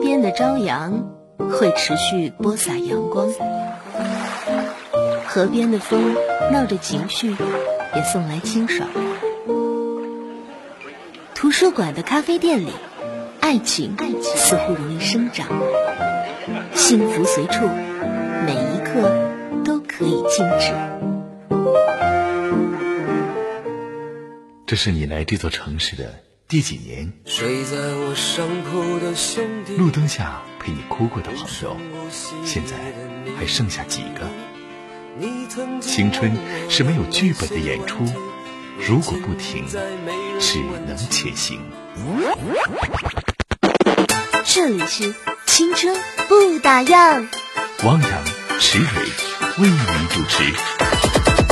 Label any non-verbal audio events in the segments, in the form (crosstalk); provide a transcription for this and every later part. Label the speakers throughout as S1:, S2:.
S1: 边的朝阳会持续播撒阳光，河边的风闹着情绪，也送来清爽。图书馆的咖啡店里，爱情似乎容易生长，幸福随处，每一刻都可以静止。
S2: 这是你来这座城市的第几年？
S3: 睡在我上铺的兄弟，
S2: 路灯下陪你哭过的朋友，
S3: 无息
S2: 现在还剩下几个？
S3: 你曾经
S2: 青春是没有剧本的演出，如果不停，只能且行。
S1: 这里是青春不打烊。
S2: 汪洋、池蕊为你主持。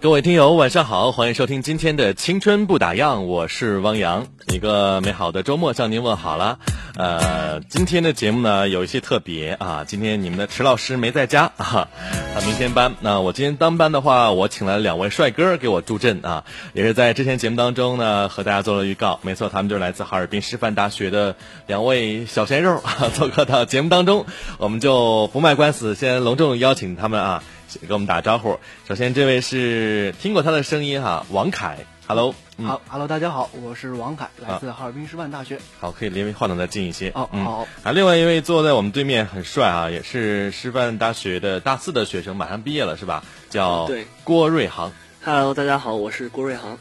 S4: 各位听友，晚上好，欢迎收听今天的《青春不打烊》，我是汪洋。一个美好的周末向您问好了。呃，今天的节目呢有一些特别啊，今天你们的池老师没在家啊，他明天班。那我今天当班的话，我请来了两位帅哥给我助阵啊，也是在之前节目当中呢和大家做了预告，没错，他们就是来自哈尔滨师范大学的两位小鲜肉啊，做客到节目当中，我们就不卖官司，先隆重邀请他们啊。给我们打招呼。首先，这位是听过他的声音哈、王凯，Hello，嗯，
S5: 好，Hello，大家好，我是王凯，来
S2: 啊
S5: 自哈尔滨师范大学。
S4: 好，可以离话筒再近一些。
S5: 哦
S4: 嗯、
S5: 好。
S4: 啊，另外一位坐在我们对面很帅啊，也是师范大学的大四的学生，马上毕业了是吧？
S5: 嗯
S4: 叫
S6: 对
S4: 郭瑞航。
S6: Hello，大家好，我是郭瑞航。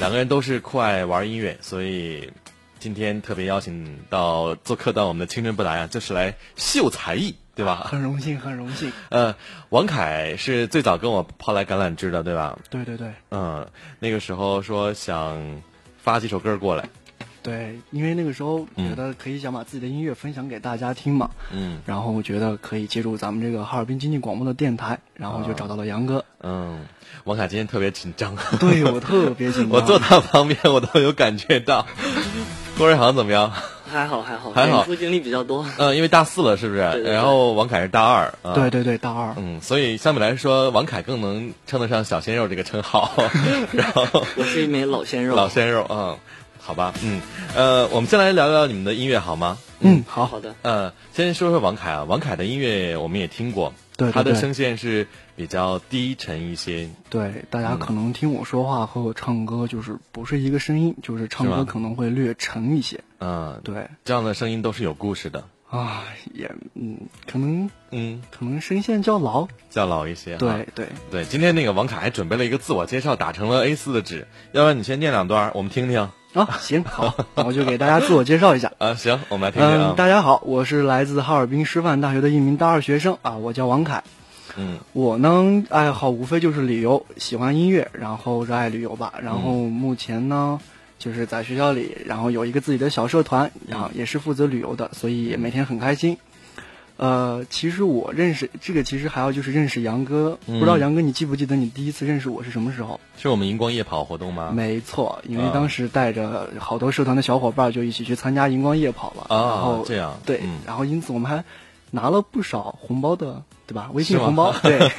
S4: 两个人都是酷爱玩音乐，所以今天特别邀请到做客到我们的青春不打烊，就是来秀才艺，对吧？
S5: (laughs) 很荣幸，很荣幸。
S4: 呃，王凯是最早跟我抛来橄榄枝的，对吧？
S5: 对对对
S4: 嗯，那个时候说想发几首歌过来，
S5: 对，因为那个时候
S4: 嗯
S5: 觉得可以想把自己的音乐分享给大家听嘛，
S4: 嗯
S5: 然后我觉得可以借助咱们这个哈尔滨经济广播的电台，然
S2: 啊
S5: 后就找到了杨哥。
S4: 嗯，王凯今天特别紧张，
S5: 对我特别紧张，
S4: (laughs) 我坐他旁边我都有感觉到。郭瑞航怎么样？
S6: 还好还好，
S4: 还好
S6: 演出经历比较多。
S4: 嗯，因为大四了是不是？
S6: 对对
S4: 然后王凯是大二，啊、
S5: 对对对，大二。
S4: 嗯，所以相比来说，王凯更能称得上小鲜肉这个称 (laughs) 号，然后
S6: 我是一枚老鲜肉。
S4: 老鲜肉，嗯，好吧，嗯，呃，我们先来聊聊你们的音乐好吗？
S5: 嗯，好，
S6: 好的，
S4: 呃，先说说王凯啊，王凯的音乐我们也听过，
S5: 对对
S4: 他的
S5: 对
S4: 声线是比较低沉一些，
S5: 对大家可能听我说话和我唱歌就是不是一个声音，就是唱
S4: 是吧
S5: 歌可能会略沉一些。
S4: 嗯，
S5: 对
S4: 这样的声音都是有故事的，
S5: 啊，也嗯，可能
S4: 嗯，
S5: 可能声线较老。
S4: 较老一些，哈
S5: 对对，
S4: 对，今天那个王凯还准备了一个自我介绍，打成了 A 4的纸，要不然你先念两段，我们听听。 (laughs)
S5: 啊，行，好，那我就给大家自我介绍一下。
S4: 啊，行，我们来听听
S5: 嗯，
S4: 啊。
S5: 大家好，我是来自哈尔滨师范大学的一名大二学生啊，我叫王凯。
S4: 嗯
S5: 我呢，爱好无非就是旅游，喜欢音乐，然后热爱旅游吧。
S4: 嗯
S5: 然后目前呢，就是在学校里，然后有一个自己的小社团，然
S4: 嗯
S5: 后也是负责旅游的，所以每天很开心。呃，其实我认识这个，其实还要就是认识杨哥，
S4: 嗯
S5: 不知道杨哥你记不记得你第一次认识我是什么时候？
S4: 是我们荧光夜跑活动吗？ (laughs)
S5: 没错，因为
S4: 啊
S5: 当时带着好多社团的小伙伴就一起去参加荧光夜跑了，
S4: 啊
S5: 然后
S4: 这样
S5: 对，
S4: 嗯
S5: 然后因此我们还拿了不少红包的，对吧？微信
S4: (laughs) 是吗
S5: 红包，对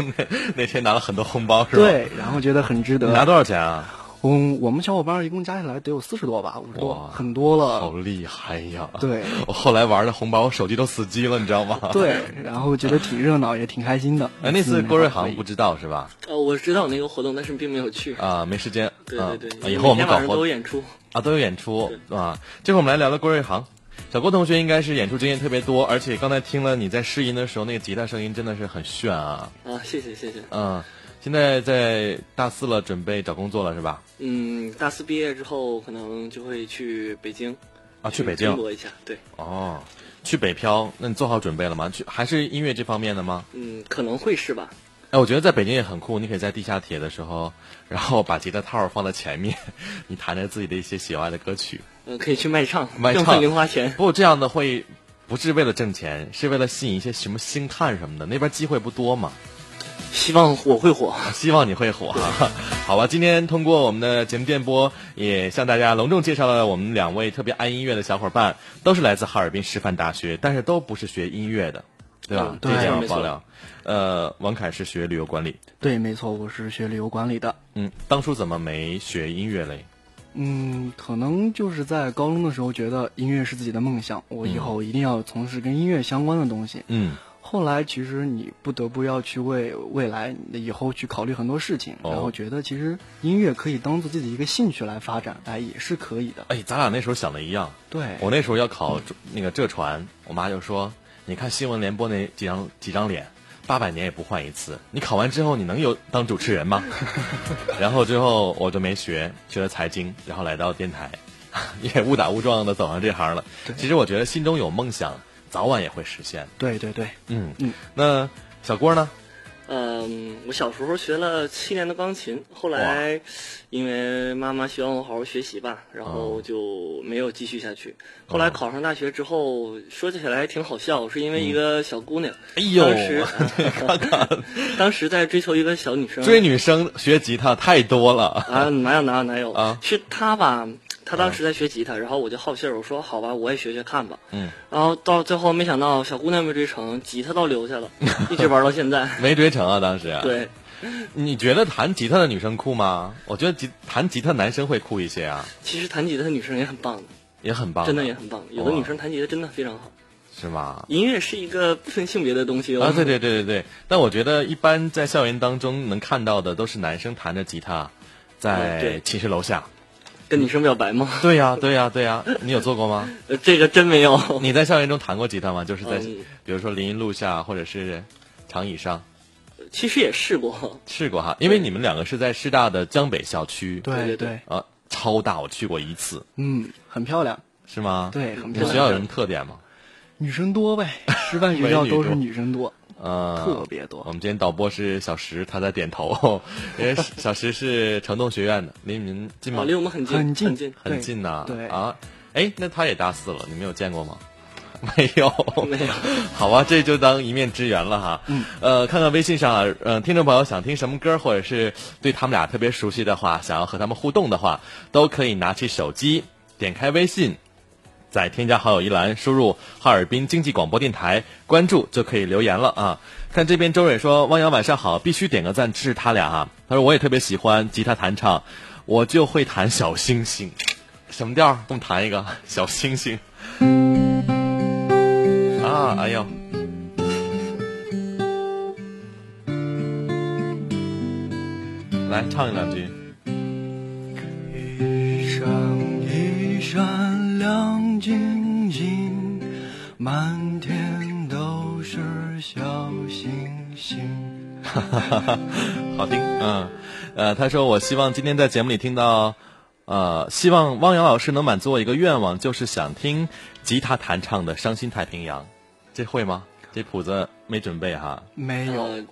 S4: 那天拿了很多红包是吧？，
S5: 对，然后觉得很值
S4: 拿
S5: 得。
S4: 多少钱啊？
S5: 嗯，我们小伙伴一共加起来得有四十多吧，五十多
S4: 哇，
S5: 很多
S4: 好
S5: 了。
S4: 厉害呀！，
S5: 对
S4: 我后来玩的红包，我手机都死机了，你知道吗？。
S5: 对，然后觉得挺热闹，也挺开心的。
S4: (laughs) 哎，那次郭瑞航不
S5: 不
S4: 知道是吧？
S6: 呃，我知道那个活动，但是并没有去。
S4: 啊，没时间。
S6: 对
S4: 啊
S6: 对
S4: 啊
S6: 对，
S4: 以后我
S6: 每
S4: 们
S6: 天晚
S4: 搞
S6: 上
S4: 活
S6: 都有
S4: 动
S6: 演出。
S4: 啊，都有演出啊。这会儿我们来聊聊郭瑞航。小郭同学应该是演出经验特别多，而且刚才听了你在试音的时候，那个吉他声音真的是很炫啊。
S6: 啊，谢谢谢谢。
S4: 嗯，现在在大四了，准备找工作了是吧？
S6: 嗯，大四毕业之后，可能就会去北京。
S4: 啊，去北
S6: 拼
S4: 京
S6: 搏一下。对，
S4: 哦，去北漂，那你做好准备了吗？去还是音乐这方面的吗？
S6: 嗯，可能会是吧。
S4: 哎，我觉得在北京也很酷，你可以在地下铁的时候，然后把吉他套儿放在前面， (laughs) 你弹着自己的一些喜爱的歌曲。
S6: 呃，可以去
S5: (laughs)
S6: 卖唱，
S4: 卖
S6: 挣
S4: 唱
S6: 份零花钱。
S4: 不过这样的会不是为了挣钱，是为了吸引一些什么星探什么的，那边机会不多嘛。 (laughs)
S6: 希望我会火。
S4: 希望你会火 (laughs) 哈。好吧，今天通过我们的节目电波，也向大家隆重介绍了我们两位特别爱音乐的小伙伴，都是来自哈尔滨师范大学，但是都不是学音乐的，对吧？
S6: 嗯
S4: 这
S6: 对
S4: 一点要
S6: 没错
S4: 爆料。呃，王凯是学旅游管理，
S5: 对，没错，我是学旅游管理的。
S4: 嗯，当初怎么没学音乐嘞？
S5: 嗯，可能就是在高中的时候觉得音乐是自己的梦想，我以后一定要从事跟音乐相关的东西。
S4: 嗯，
S5: 后来其实你不得不要去为未来你的以后去考虑很多事情，
S4: 哦
S5: 然后觉得其实音乐可以当做自己一个兴趣来发展，哎，也是可以的。
S4: 哎，咱俩那时候想的一样。
S5: 对，
S4: 我那时候要考中那个浙传，我妈就说：“你看新闻联播那几张几张脸，八百年也不换一次。你考完之后，你能有当主持人吗？” (laughs) 然后之后我就没学，学了财经，然后来到电台， (laughs) 也误打误撞的走上这行了。其实我觉得心中有梦想，早晚也会实现。
S5: 对对对，
S4: 嗯
S5: 嗯，
S4: 那小郭呢？
S6: 嗯，我小时候学了七年的钢琴，后来因为妈妈希望我好好学习吧，然
S4: 哦
S6: 后就没有继续下去。后来考上大学之后，说起来还挺好笑，是因为一个小姑娘，
S4: 嗯哎呦
S6: 当时 (laughs) 当时在追求一个小女生，
S4: 追女生学吉他太多了。
S6: 啊，哪有哪有哪有
S4: 啊嗯
S6: 是他吧？他当时在学吉他，然后我就好信儿，我说好吧，我也学学看吧。
S4: 嗯，
S6: 然后到最后没想到小姑娘没追成，吉他倒留下了，一直玩到现在。 (laughs)
S4: 没追成啊，当时。，
S6: 对，
S4: 你觉得弹吉他的女生酷吗？我觉得吉弹吉他男生会酷一些啊，
S6: 其实弹吉他的女生也很棒的，
S4: 也很棒啊。
S6: 真的也很
S5: 哦
S6: 棒。有的
S4: 哇
S6: 女生弹吉他真的非常好。
S4: 是吗？
S6: 音乐是一个不分性别的东西哦。
S4: 啊，对对对对对，但我觉得一般在校园当中能看到的都是男生弹着吉他，
S6: 嗯
S4: 在
S6: 对
S4: 寝室楼下。
S6: 跟女生表白吗？ (laughs)
S4: 对呀、对呀、对呀、你有做过
S5: (laughs)
S4: 吗？
S6: 呃这个真没有。 (laughs)
S4: 你在校园中弹过吉他吗？就是在，
S6: 嗯
S4: 比如说林荫路下或者是长椅上
S6: 其实也试过，
S4: 试过哈，因为你们两个是在师大的江北校区，
S5: 对
S6: 对对
S5: 对，
S4: 啊，超大，我去过一次，
S5: 嗯，很漂亮，
S4: 是吗？，
S5: 对，很
S4: 你
S5: 漂
S4: 们学
S5: 亮，
S4: 校有什么特点吗？
S5: 女生多呗，
S6: (laughs)
S5: 师范学校都是
S4: 美
S5: 女生多，
S6: 啊
S4: 呃，
S5: 特别多
S4: 我们今天导播是小石，他在点头， (laughs) 因为小石是城东学院的，离你们近吗？
S6: 啊离我们很近，
S5: 很近
S6: 很近。
S4: 很近呐、
S5: 对对
S4: 啊，哎，那他也大四了，你们有见过吗？没有，
S6: 没有。
S4: 好吧，这就当一面之缘了哈。嗯，呃，看看微信上啊，呃，听众朋友想听什么歌，或者是对他们俩特别熟悉的话，想要和他们互动的话，都可以拿起手机，点开微信，在添加好友一栏输入哈尔滨经济广播电台，关注就可以留言了啊。看这边周蕊说：“汪洋晚上好，必须点个赞支持他俩啊。”他说：“我也特别喜欢吉他弹唱，我就会弹小星星，什么调儿？给我们弹一个小星星。”啊，哎呦，来唱两句。 (laughs)
S5: 一闪一闪亮晶晶，满天都是小星星。
S4: 好听，嗯，呃，他说我希望今天在节目里听到，呃，希望汪洋老师能满足我一个愿望，就是想听吉他弹唱的《伤心太平洋》，这会吗？这谱子没准备哈，
S5: 没有，
S6: 呃，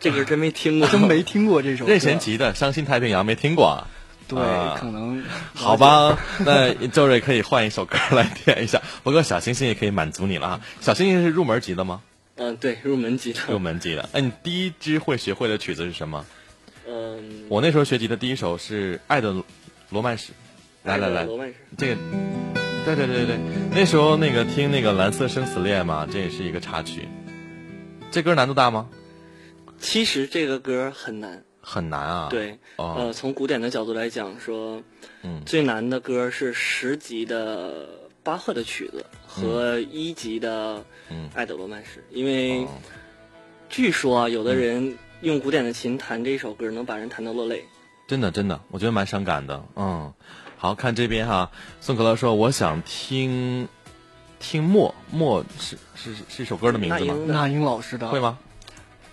S6: 这个 (laughs) 真没听过，
S5: 真没听过这首歌。
S4: 任贤齐的《伤心太平洋》没听过啊。
S5: 对
S4: 啊，
S5: 可能
S4: 好。吧，那周瑞可以换一首歌来点一下。 (laughs) 不过小星星也可以满足你了啊！小星星是入门级的吗？
S6: (laughs) 嗯，对，入门吉他
S4: 入。门级的。哎，你第一支会学会的曲子是什么？
S6: 嗯，
S4: 我那时候学吉的第一首是《爱的罗曼史》。来来来，
S6: 罗曼史
S4: 这个，对对对对，那时候那个听那个蓝色生死恋嘛，这也是一个插曲。这歌难度大吗？
S6: 其实这个歌很难。
S4: 很难啊。
S6: 对，
S4: 哦
S6: 呃，从古典的角度来讲，说，
S4: 嗯
S6: 最难的歌是十级的巴赫的曲子和一级的
S4: 嗯
S6: 《爱的罗曼史》，因为
S4: 哦
S6: 据说啊，有的人用古典的琴弹这首歌，能把人弹到落泪。
S4: 真的真的，我觉得蛮伤感的。嗯，好看这边哈，宋可乐说我想听听默默是是是是一首歌的名字
S6: 那
S4: 吗？
S6: 英
S5: 那英老师的
S4: 会吗？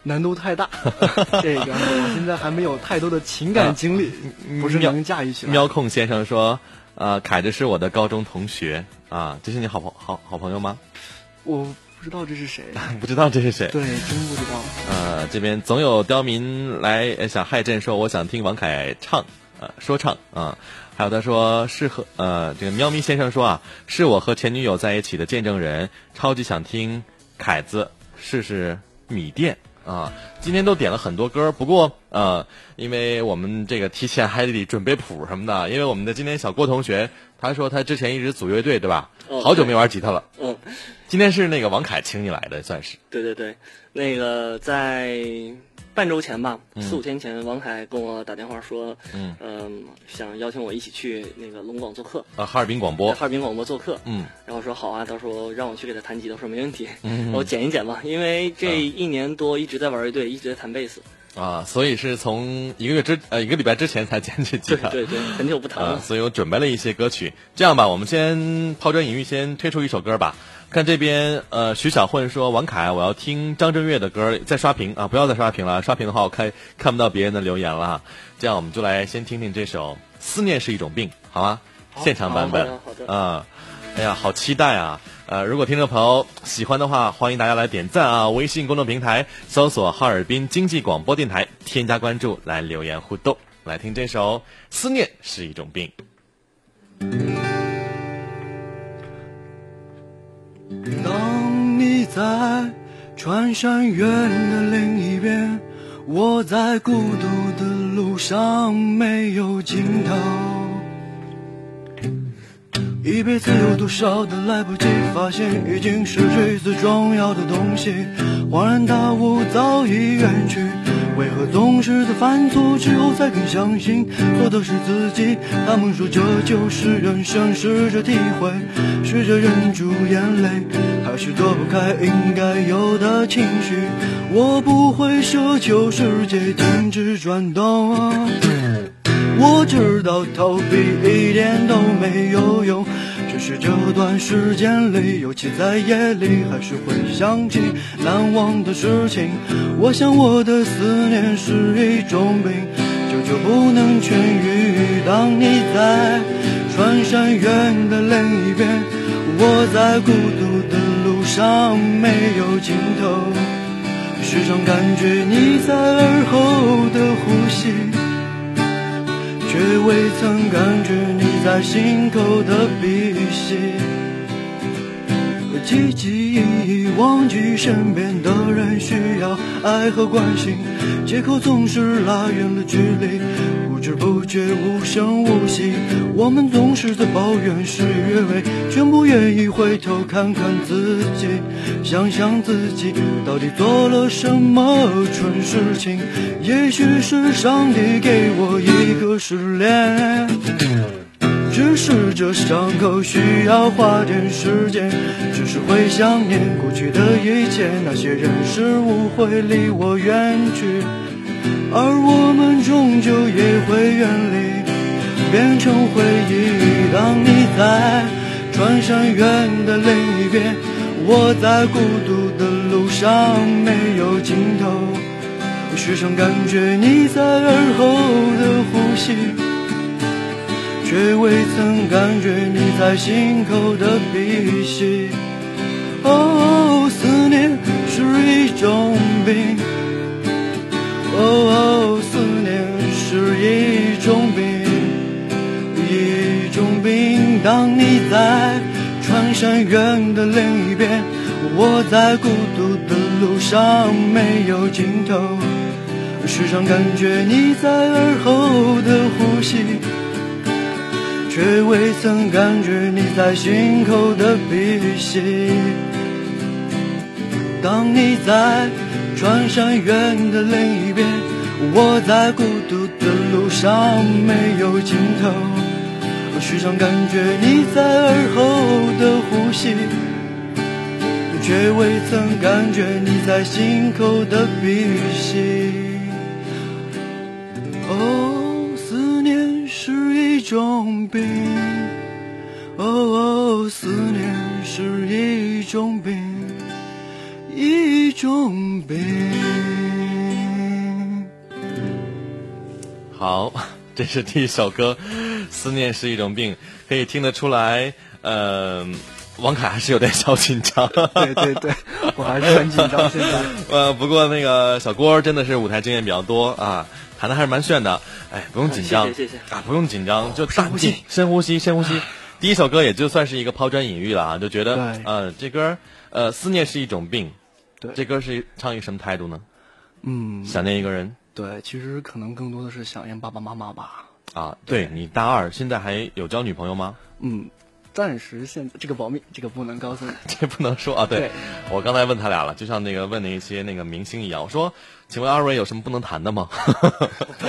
S5: 难度太大， (laughs) 这个我现在还没有太多的情
S6: 啊
S5: 感经历，
S6: 嗯
S5: 不是能驾驭起来。
S4: 喵控先生说，呃，凯子是我的高中同学啊，这是你好朋好好朋友吗？ (coughs)
S5: 我不知道这是谁，啊
S6: (laughs)
S4: 不知道这是谁。
S5: 对，真不知道。
S4: 呃，这边总有刁民来呃想害朕，说我想听王凯唱，呃，说唱啊、还有他说是和呃这个喵咪先生说啊，是我和前女友在一起的见证人，超级想听凯子试试米店啊，今天都点了很多歌，不过呃，因为我们这个提前还得准备谱什么的，因为我们的今天小郭同学他说他之前一直组乐队，对吧？
S6: 哦
S4: 好久没玩吉他了。
S6: 嗯，
S4: 今天是那个王凯请你来的，算是
S6: 对对对，那个在半周前吧，
S5: 嗯
S6: 四五天前，王凯跟我打电话说，
S4: 嗯
S6: 嗯，想邀请我一起去那个龙广做客，
S4: 呃哈尔滨广
S6: 在
S5: 哦
S4: 播
S6: 哈。尔滨广播做客。
S4: 嗯，
S6: 然后说好啊，到时候让我去给他弹吉他，我说没问题，
S5: 嗯
S6: 我剪一剪吧，因为这一年多一直在玩乐队，一直在弹贝斯，
S4: 啊，所以是从一个月之呃一个礼拜之前才捡起吉
S6: 对
S5: 啊
S4: 他。
S6: 对对，很久不弹
S4: 啊，
S6: 了。
S4: 所以我准备了一些歌曲。这样吧，我们先抛砖引玉，先推出一首歌吧。看这边，呃，徐小混说：“王凯，我要听张震岳的歌。”再刷屏啊，不要再刷屏了，刷屏的话我看看不到别人的留言了啊。这样我们就来先听听这首《思念是一种病》，好吗？现场版本
S6: 好的好的
S4: 啊、哎呀，好期待啊！呃，如果听众朋友喜欢的话，欢迎大家来点赞啊！微信公众平台搜索“哈尔滨经济广播电台”，添加关注来留言互动。来听这首《思念是一种病》。
S5: 当你在穿山越岭的另一边，我在孤独的路上没有尽头。一辈子有多少的来不及发现，已经失去最重要的东西。恍然大悟，早已远去。为何总是在犯错之后才肯相信错的是自己？他们说这就是人生，试着体会，试着忍住眼泪，还是躲不开应该有的情绪。我不会奢求世界停止转动、啊。我知道逃避一点都没有用，只是这段时间里，尤其在夜里，还是会想起难忘的事情。我想我的思念是一种病，久久不能痊愈。当你在穿山越岭的另一边，我在孤独的路上没有尽头，时常感觉你在耳后的呼吸。却未曾感觉你在心口的鼻息。积极意义，忘记身边的人需要爱和关心，借口总是拉远了距离，不知不觉无声无息。我们总是在抱怨事与愿违，却不愿意回头看看自己，想想自己到底做了什么蠢事情。也许是上帝给我一个失恋。只是这伤口需要花点时间，只是会想念过去的一切，那些人事物会离我远去，而我们终究也会远离，变成回忆。当你在穿山越岭的另一边，我在孤独的路上没有尽头，时常感觉你在耳后的呼吸。却未曾感觉你在心口的鼻息。哦，思念是一种病。哦，思念是一种病，一种病。当你在穿山越岭的另一边，我在孤独的路上没有尽头，时常感觉你在耳后的呼吸。却未曾感觉你在心口的鼻息。当你在穿山越岭的另一边，我在孤独的路上没有尽头，时常感觉你在耳后的呼吸，却未曾感觉你在心口的鼻息。哦，思念是一种病。哦，思念是一种病，一种病。
S4: 好， (laughs) 这是第一首歌，《思念是一种病》，可以听得出来，呃，王凯还是有点小紧张。
S5: (laughs) 对对对，我还是很紧张。现在 (laughs)
S4: 呃，不过那个小郭真的是舞台经验比较多啊，弹的还是蛮炫的。哎，不用紧张，
S6: 谢谢谢谢
S4: 啊，不用紧张，就
S5: 深
S4: 大
S5: 呼吸
S4: 劲，深呼吸，深呼吸。第一首歌也就算是一个抛砖引玉了啊，就觉得
S5: 对
S4: 呃，这歌儿呃，思念是一种病。
S5: 对
S4: 这歌是唱一个什么态度呢？
S5: 嗯，
S4: 想念一个人
S5: 对，其实可能更多的是想念爸爸妈妈吧。
S4: 啊？对你大二，现在还有交女朋友吗？
S5: 嗯，暂时现在这个保密，这个不能告诉你。
S4: 这不能说啊。对，
S5: 对
S4: 我刚才问他俩了，就像那个问那些那个明星一样，我说：“请问二位有什么不能谈的吗？” (laughs)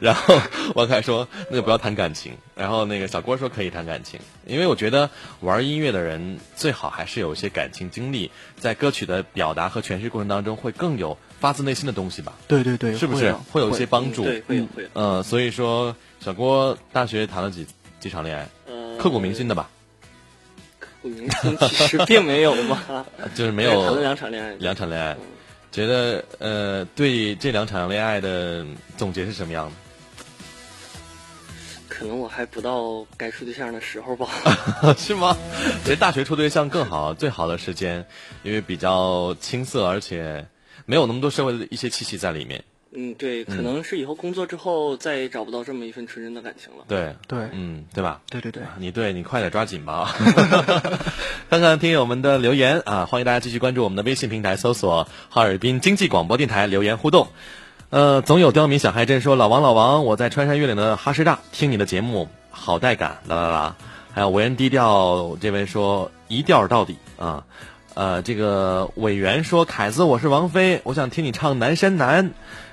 S4: 然后王凯说：“那就不要谈感情。”然后那个小郭说：“可以谈感情，因为我觉得玩音乐的人最好还是有一些感情经历，在歌曲的表达和诠释过程当中，会更有发自内心的东西吧？
S5: 对对对，
S4: 是不
S5: 会
S4: 是
S5: 的
S4: 会有一些帮助？
S6: 对，会有
S5: 嗯
S6: 会有。
S4: 呃，所以说小郭大学谈了几几场恋爱，
S6: 呃，
S4: 刻骨铭心的吧？
S6: 我明星其实并没有吧，
S4: 就是没
S6: 谈
S4: 有
S6: 了两场恋爱，
S4: 两场恋爱，觉得呃，对这两场恋爱的总结是什么样的？
S6: 可能我还不到该处对象的时候吧。
S4: (laughs) 是吗？其实大学处对象更好，最好的时间，因为比较青涩，而且没有那么多社会的一些气息在里面。
S6: 嗯，对，可能是以后工作之后再也找不到这么一份纯真的感情了。
S4: 对，
S5: 对
S4: 嗯，对吧？
S5: 对对对，
S4: 你对你快点抓紧吧， (laughs) 看看听友们的留言啊！欢迎大家继续关注我们的微信平台，搜索“哈尔滨经济广播电台”留言互动。呃，总有刁民小害朕说：“老王，老王，我在穿山越岭的哈师大听你的节目，好带感！”啦啦啦，还有为人低调这位说一调到底啊。呃，这个委员说：“凯子，我是王菲，我想听你唱《南山南》。”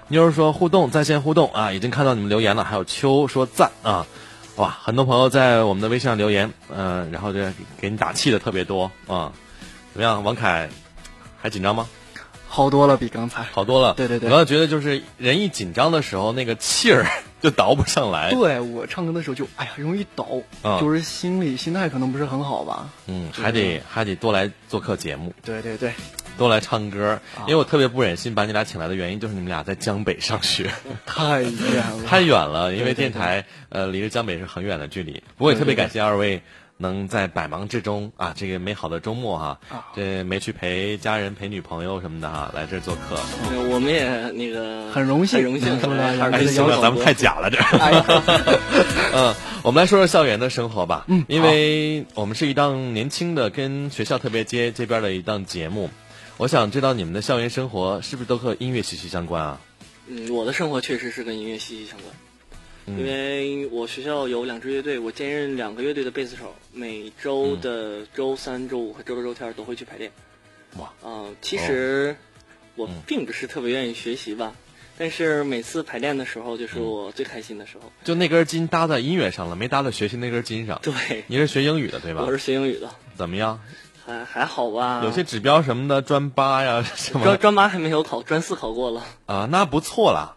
S4: 妞儿说：“互动在线互动啊，已经看到你们留言了。”还有秋说赞啊。哇，很多朋友在我们的微信上留言，嗯、然后这给你打气的特别多啊、怎么样，王凯还紧张吗？
S5: 好多了，比刚才。
S4: 好多了。
S5: 对对对
S4: 我要觉得就是人一紧张的时候，那个气儿 (laughs) 就倒不上来。
S5: 对我唱歌的时候就哎呀容易抖，
S4: 啊
S5: 就是心理心态可能不是很好吧。
S4: 嗯，还得还得多来做客节目，
S5: 对对对，
S4: 多来唱歌。
S5: 啊
S4: 因为我特别不忍心把你俩请来的原因，就是你们俩在江北上学，
S5: 太远了，
S4: 太远了，因
S5: 对对
S4: 为
S5: 对
S4: 电台呃离着江北是很远的距离。不过也特别
S5: 对对对
S4: 感谢二位。能在百忙之中啊，这个美好的周末哈、
S5: 啊
S4: 这没去陪家人、陪女朋友什么的哈、来这儿做客，
S6: 呃我们也那个
S5: 很荣幸
S6: 很荣幸
S5: 能出来
S6: 哈尔
S4: 哎，
S6: 滨的
S4: 行
S6: 摇
S4: 了，
S6: 滚
S4: 咱们
S6: 歌
S4: 太假了这。
S5: 哎
S4: 嗯，我们来说说校园的生活吧。
S5: 嗯
S4: 因为我们是一档年轻的，跟学校特别接这边的一档节目。我想知道你们的校园生活是不是都和音乐息息相关啊？
S6: 嗯，我的生活确实是跟音乐息息相关，
S4: 嗯
S6: 因为我学校有两支乐队，我兼任两个乐队的贝斯手，每周
S4: 嗯
S6: 的周三、周五和周六、周天都会去排练。
S4: 哇！哦嗯
S6: 啊、其实我并不是特别愿意学习吧，但是每次排练的时
S4: 嗯
S6: 候就是我最开心的时候。
S4: 就那根筋搭在音乐上了，没搭在学习那根筋上。
S6: 对，
S4: 你是学英语的对吧
S6: 我？是学英语的，
S4: 怎么样？
S6: 还还好吧。
S4: 有些指标什么的，专八呀 (laughs) 什么
S6: 啊专
S4: 的
S6: 专八还没有考，专四考过了，
S4: 啊，那不错啦，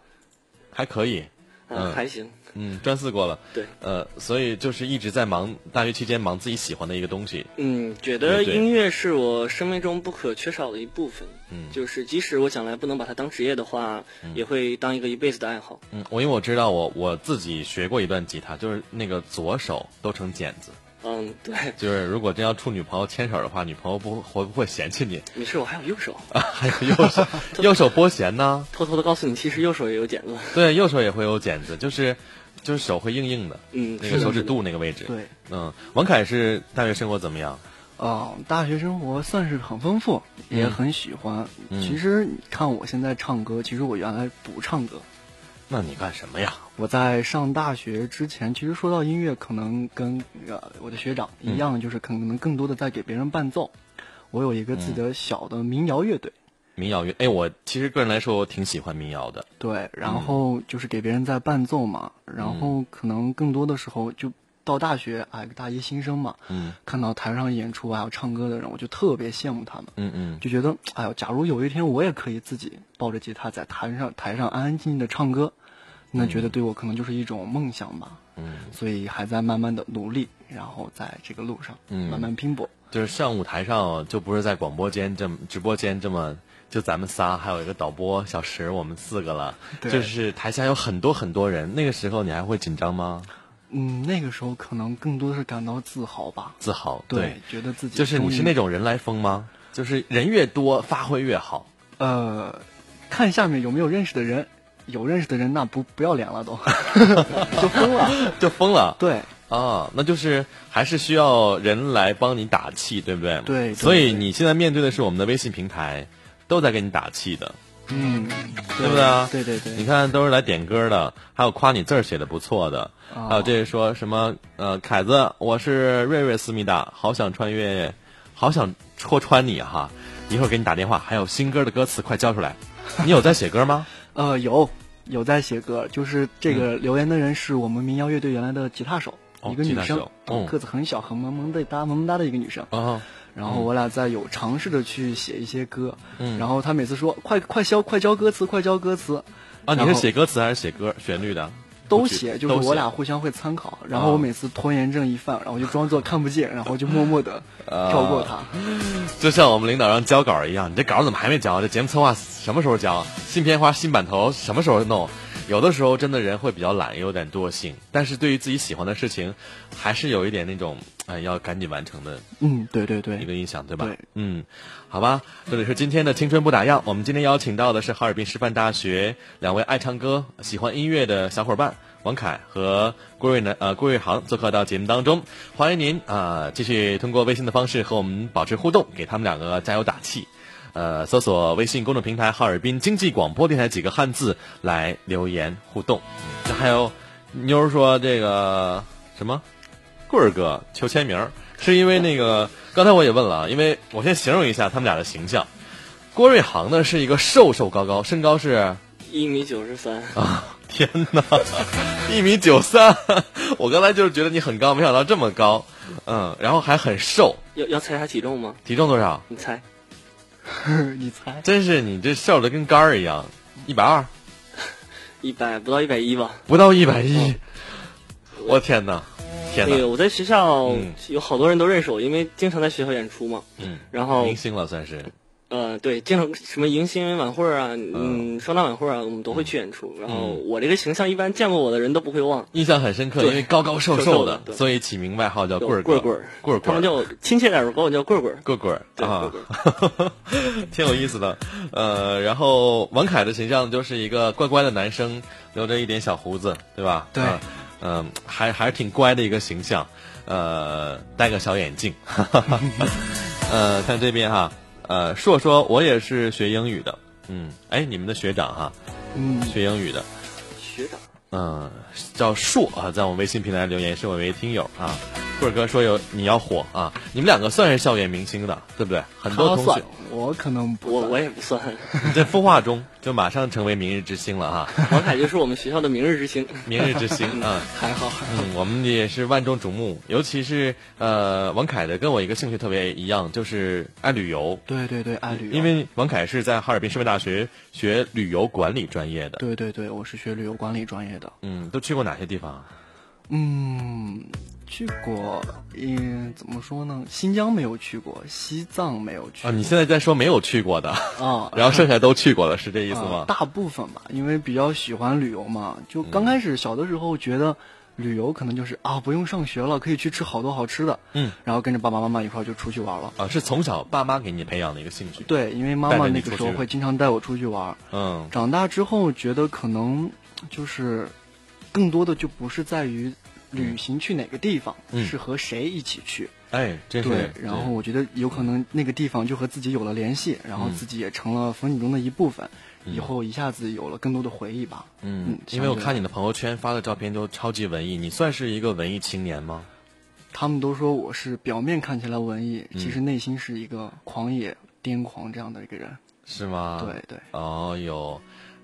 S4: 还可以。
S6: 嗯，
S4: 嗯
S6: 还行。
S4: 嗯，专四过了。
S6: 对，
S4: 呃，所以就是一直在忙，大学期间忙自己喜欢的一个东西。
S6: 嗯，觉
S4: 乐
S6: 得
S4: 队
S6: 音乐是我生命中不可缺少的一部分。
S4: 嗯
S6: 就是即使我将来不能把它当职业的话，也会当一个一辈子的爱好。
S4: 嗯，我因为我知道我我自己学过一段吉他，就是那个左手都成茧子，
S6: 嗯，对，
S4: 就是如果真要处女朋友牵手的话，女朋友不会不会嫌弃你， (laughs)
S6: 没事，我还有右手。
S4: 还有右
S6: (laughs)
S4: 手右手拨弦呢，
S6: 偷偷的告诉你，其实右手也有茧子。
S4: 对，右手也会有茧子，就是就是手会硬硬的，
S6: 嗯，
S4: 那
S6: 是
S4: 个
S6: 的
S4: 手指
S6: 是的
S4: 肚那个位置。
S5: 对，
S4: 嗯，王凯是大学生活怎么样？
S5: 啊、大学生活算是很丰富，也很喜欢。
S4: 嗯
S5: 其实你看我现在唱歌，其实我原来不唱歌。
S4: 那你干什么呀？
S5: 我在上大学之前，其实说到音乐，可能跟呃我的学长一样，就是可能更多的在给别人伴奏。我有一个自己的小的民谣乐队，
S4: 民谣乐，哎，我其实个人来说，我挺喜欢民谣的。
S5: 对，然后就是给别人在伴奏嘛，然后可能更多的时候就到大学，哎，大一新生嘛，
S4: 嗯
S5: 看到台上演出还有唱歌的人，我就特别羡慕他们，
S4: 嗯嗯，
S5: 就觉得，哎呦，假如有一天我也可以自己抱着吉他在台上台上安安静静的唱歌，那觉得对我可能就是一种梦想吧，
S4: 嗯，
S5: 所以还在慢慢的努力，然后在这个路上
S4: 嗯
S5: 慢慢拼搏，
S4: 就是上舞台上，就不是在广播间这么直播间这么，就咱们仨，还有一个导播小石，我们四个了。
S5: 对
S4: 就是台下有很多很多人，那个时候你还会紧张吗？
S5: 嗯，那个时候可能更多的是感到自豪吧，
S4: 自豪，
S5: 对，嗯觉得自己
S4: 就是你
S5: 终于
S4: 是那种人来疯吗？就是人越多，发挥越好。
S5: 呃，看下面有没有认识的人，有认识的人那不不要脸
S4: (laughs)
S5: 了都，就疯了。
S4: 就疯了。
S5: 对，
S4: 啊，那就是还是需要人来帮你打气，对不对？
S5: 对对
S4: 所以
S5: 对
S4: 你现在面对的是我们的微信平台，都在给你打气的。
S5: 嗯，
S4: 对不对啊？
S5: 对对对
S4: 你，看都是来点歌的，还有夸你字儿写的不错的，
S5: 哦
S4: 还有这说什么呃，凯子，我是瑞瑞思密达，好想穿越，好想戳穿你哈，一会儿给你打电话，还有新歌的歌词快交出来，你有在写歌
S5: (laughs)
S4: 吗？
S5: 呃，有有在写歌，就是这
S4: 嗯
S5: 个留言的人是我们民谣乐队原来的吉他手，
S4: 哦
S5: 一个
S4: 吉
S5: 女
S4: 他
S5: 生
S4: 手，嗯
S5: 个子很小，很萌萌的哒萌萌哒的一个女生。
S4: 啊、
S5: 然后我俩在有尝试着去写一些歌，
S4: 嗯
S5: 然后她每次说快快交快交歌词快交歌词，
S4: 啊，你
S5: 然
S4: 是
S5: 后
S4: 写歌词还是写歌旋律的？
S5: 都
S4: 不记
S5: 写，
S4: 得
S5: 就
S4: 都
S5: 是
S4: 写啊
S5: 我俩互相会参考，然后我每次拖延症一犯，然后我就装作看不见，然后就默默的
S4: 啊
S5: 跳过她。
S4: 就像我们领导让交稿一样，你这稿怎么还没交？这节目策划什么时候交？新片花、新版头什么时候弄？有的时候真的人会比较懒，也有点惰性，但是对于自己喜欢的事情，还是有一点那种哎要赶紧完成的
S5: 嗯，对对对，
S4: 一个印象，对吧？
S5: 对
S4: 嗯，好吧，这里是今天的青春不打烊。我们今天邀请到的是哈尔滨师范大学两位爱唱歌、喜欢音乐的小伙伴王凯和郭瑞南呃郭瑞航做客到节目当中。欢迎您啊、继续通过微信的方式和我们保持互动，给他们两个加油打气。呃，搜索微信公众平台“哈尔滨经济广播电台”几个汉字来留言互动。嗯这还有妞儿说这个什么棍儿哥求签名儿，是因为那个 (laughs) 刚才我也问了，啊，因为我先形容一下他们俩的形象。郭瑞航呢是一个瘦瘦高高，身高是啊
S6: 一米九十三，
S4: (laughs) 天哪，一米九三。 (laughs) 我刚才就是觉得你很高，没想到这么高，嗯，然后还很瘦，
S6: 要要猜他体重吗？
S4: 体重多少？
S6: 你猜，
S5: 你猜？
S4: 真是你这瘦的跟杆儿一样，一百二
S6: 一百不到一百一吧。
S4: 不到一百一，我天哪，天
S6: 那
S4: 哪，
S6: 个我在学校
S4: 嗯
S6: 有好多人都认识我，因为经常在学校演出嘛。
S4: 嗯，
S6: 然后
S4: 明星了算是，
S6: 呃，对，经常什么迎新晚会啊，嗯，双旦晚会啊，我们都会去演
S4: 嗯
S6: 出。然后我这个形象，一般见过我的人都不会忘。
S4: 印象很深刻，因
S6: 对
S4: 为高高瘦
S6: 瘦瘦
S4: 的
S6: 的，对
S4: 所以起名外号叫
S6: 叫
S4: 棍儿
S6: 棍
S4: 哥
S6: 儿棍
S4: 棍
S6: 儿
S4: 儿
S6: 他
S4: 棍
S6: 们
S4: 儿。
S6: 叫亲切点儿管我叫棍儿棍儿。
S4: 棍棍儿
S6: 对
S4: 啊
S6: 棍，
S4: (laughs) 挺有意思的。呃，然后王凯的形象就是一个乖乖的男生，留着一点小胡子，对吧？
S5: 对
S4: 啊嗯、还还是挺乖的一个形象。呃，戴个小眼镜。 (laughs) 呃，看这边哈，呃，硕说我也是学英语的，嗯，哎，你们的学长哈，
S5: 嗯，
S4: 学英语的，
S6: 学长，
S4: 嗯，叫硕啊，在我微信平台留言是我一位听友啊。棍儿哥说有你要火啊，你们两个算是校园明星的，对不对？很多
S5: 她
S4: 同学
S5: 算，，我可能不
S6: 我
S5: 算
S6: 我也不算。
S4: 你 (laughs) 在孵化中就马上成为明日之星了啊，
S6: 王凯就是我们学校的明日之星。
S4: (laughs) 明日之星啊。
S5: 还好还好。
S4: 嗯，我们也是万众瞩目，尤其是呃，王凯的跟我一个兴趣特别一样，就是爱旅游。
S5: 对对对，爱旅游。
S4: 因为王凯是在哈尔滨师范大学学旅游管理专业的，
S5: 对对对，我是学旅游管理专业的。
S4: 嗯，都去过哪些地方？啊
S5: 嗯，去过，嗯，怎么说呢？新疆没有去过，西藏没有去
S4: 啊，你现在在说没有去过 (laughs) 的，
S5: 啊。
S4: 然后剩下都去过了，是这意思
S5: 啊
S4: 吗？
S5: 大部分吧，因为比较喜欢旅游嘛。就刚开始小的时候觉得旅游可能就是啊，不用上学了，可以去吃好多好吃的。
S4: 嗯，
S5: 然后跟着爸爸妈妈一块儿就出去玩了。
S4: (laughs) 啊，是从小爸妈给你培养的一个兴趣。，
S5: 对，因为妈
S4: 带着
S5: 妈
S4: 你
S5: 那个
S4: 出
S5: 时候
S4: 去
S5: 会经常带我出去玩儿。
S4: 嗯，
S5: 长大之后觉得可能就是更多的就不是在于旅行去哪个地方，
S4: 嗯
S5: 是和谁一起去。
S4: 哎，真是。
S5: 对，然后我觉得有可能那个地方就和自己有了联系，然后
S4: 嗯
S5: 自己也成了风景中的一部分，以后一下子有了更多的回忆吧。
S4: 嗯
S5: 嗯，
S4: 因为我
S5: 相对
S4: 看你的朋友圈发的照片都超级文艺，你算是一个文艺青年吗？
S5: 他们都说我是表面看起来文艺，
S4: 嗯
S5: 其实内心是一个狂野、癫狂这样的一个人。
S4: 是吗？
S5: 对对。
S4: 哦哟，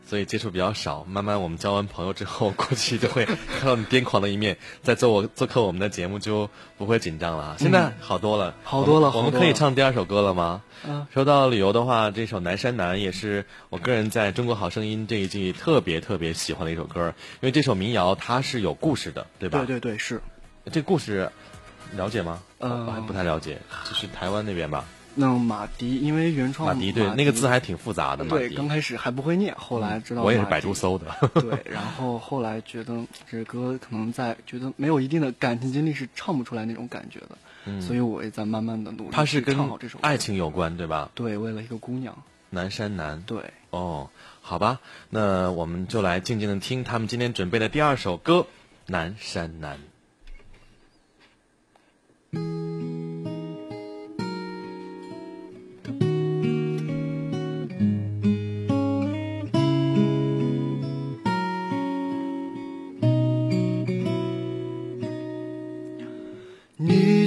S4: 所以接触比较少。慢慢我们交完朋友之后，估计就会 (laughs) 看到你癫狂的一面。在做我做客我们的节目就不会紧张了啊。现在好多了，
S5: 嗯好多了
S4: 我们
S5: 好多了
S4: 我们可以唱第二首歌了吗？
S5: 嗯
S4: 说到旅游的话，这首《南山南》也是我个人在《中国好声音》这一季特别特别喜欢的一首歌，因为这首民谣它是有故事的，对吧？
S5: 对对对，是。
S4: 这故事了解吗？
S5: 呃
S4: 我还不太了解，就是台湾那边吧。
S5: 那马迪，因为原创
S4: 马迪对，那个字还挺复杂的。马
S5: 哦对，
S4: 迪嗯
S5: 刚开始还不会念，后来知道
S4: 我也是
S5: 马
S4: 百
S5: 迪
S4: 度搜的。
S5: (laughs) 对，然后后来觉得这歌可能在觉得没有一定的感情经历是唱不出来那种感觉的，所以我也在慢慢的努力
S4: 它嗯是
S5: 去
S4: 跟
S5: 唱好这首歌
S4: 爱情有关，对吧？
S5: 对，为了一个姑娘，
S4: 南山南。
S5: 对，
S4: 哦，好吧，那我们就来静静的听他们今天准备的第二首歌《南山南》。
S7: 南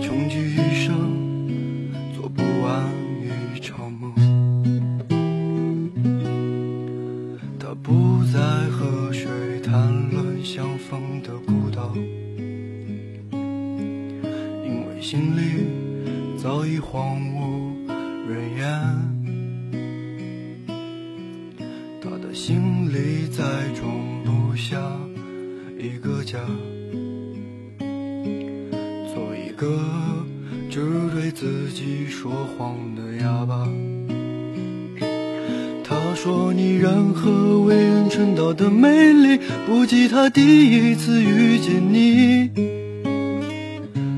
S5: 穷极一生做不完一场梦。他不再和谁谈论相逢的孤岛，因为心里早已荒无人烟。他的心里再装不下一个家，做一个只对自己说谎的哑巴。他说你任何为人称道的美丽，不及他第一次遇见你。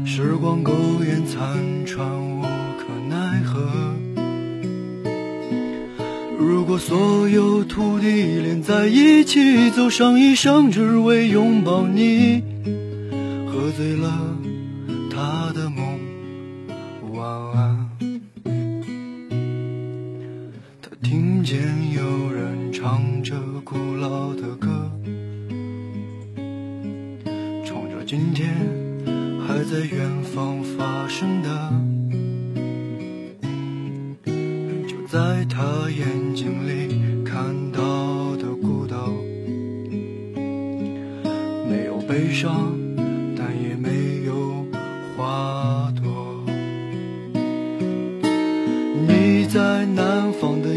S5: 时光苟延残喘，无可奈何。如果所有土地连在一起，走上一生只为拥抱你。喝醉了他的梦，晚安。他听见有人唱着古老的歌，唱着今天还在远方发生的。就在他眼睛里看到的孤岛，没有悲伤，但也没有花朵。你在南方的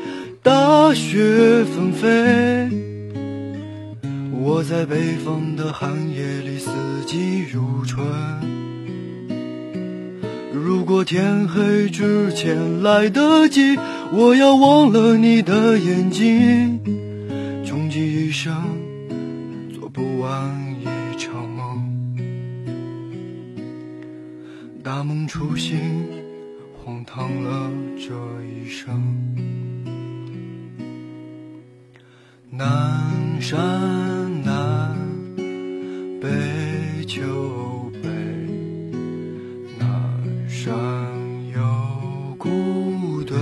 S5: 大雪纷飞；我在北方的寒夜里，四季如春。如果天黑之前来得及，我要忘了你的眼睛，穷极一生做不完一场梦。大梦初醒。荒唐了这一生。南山南，北秋北，南山有谷堆。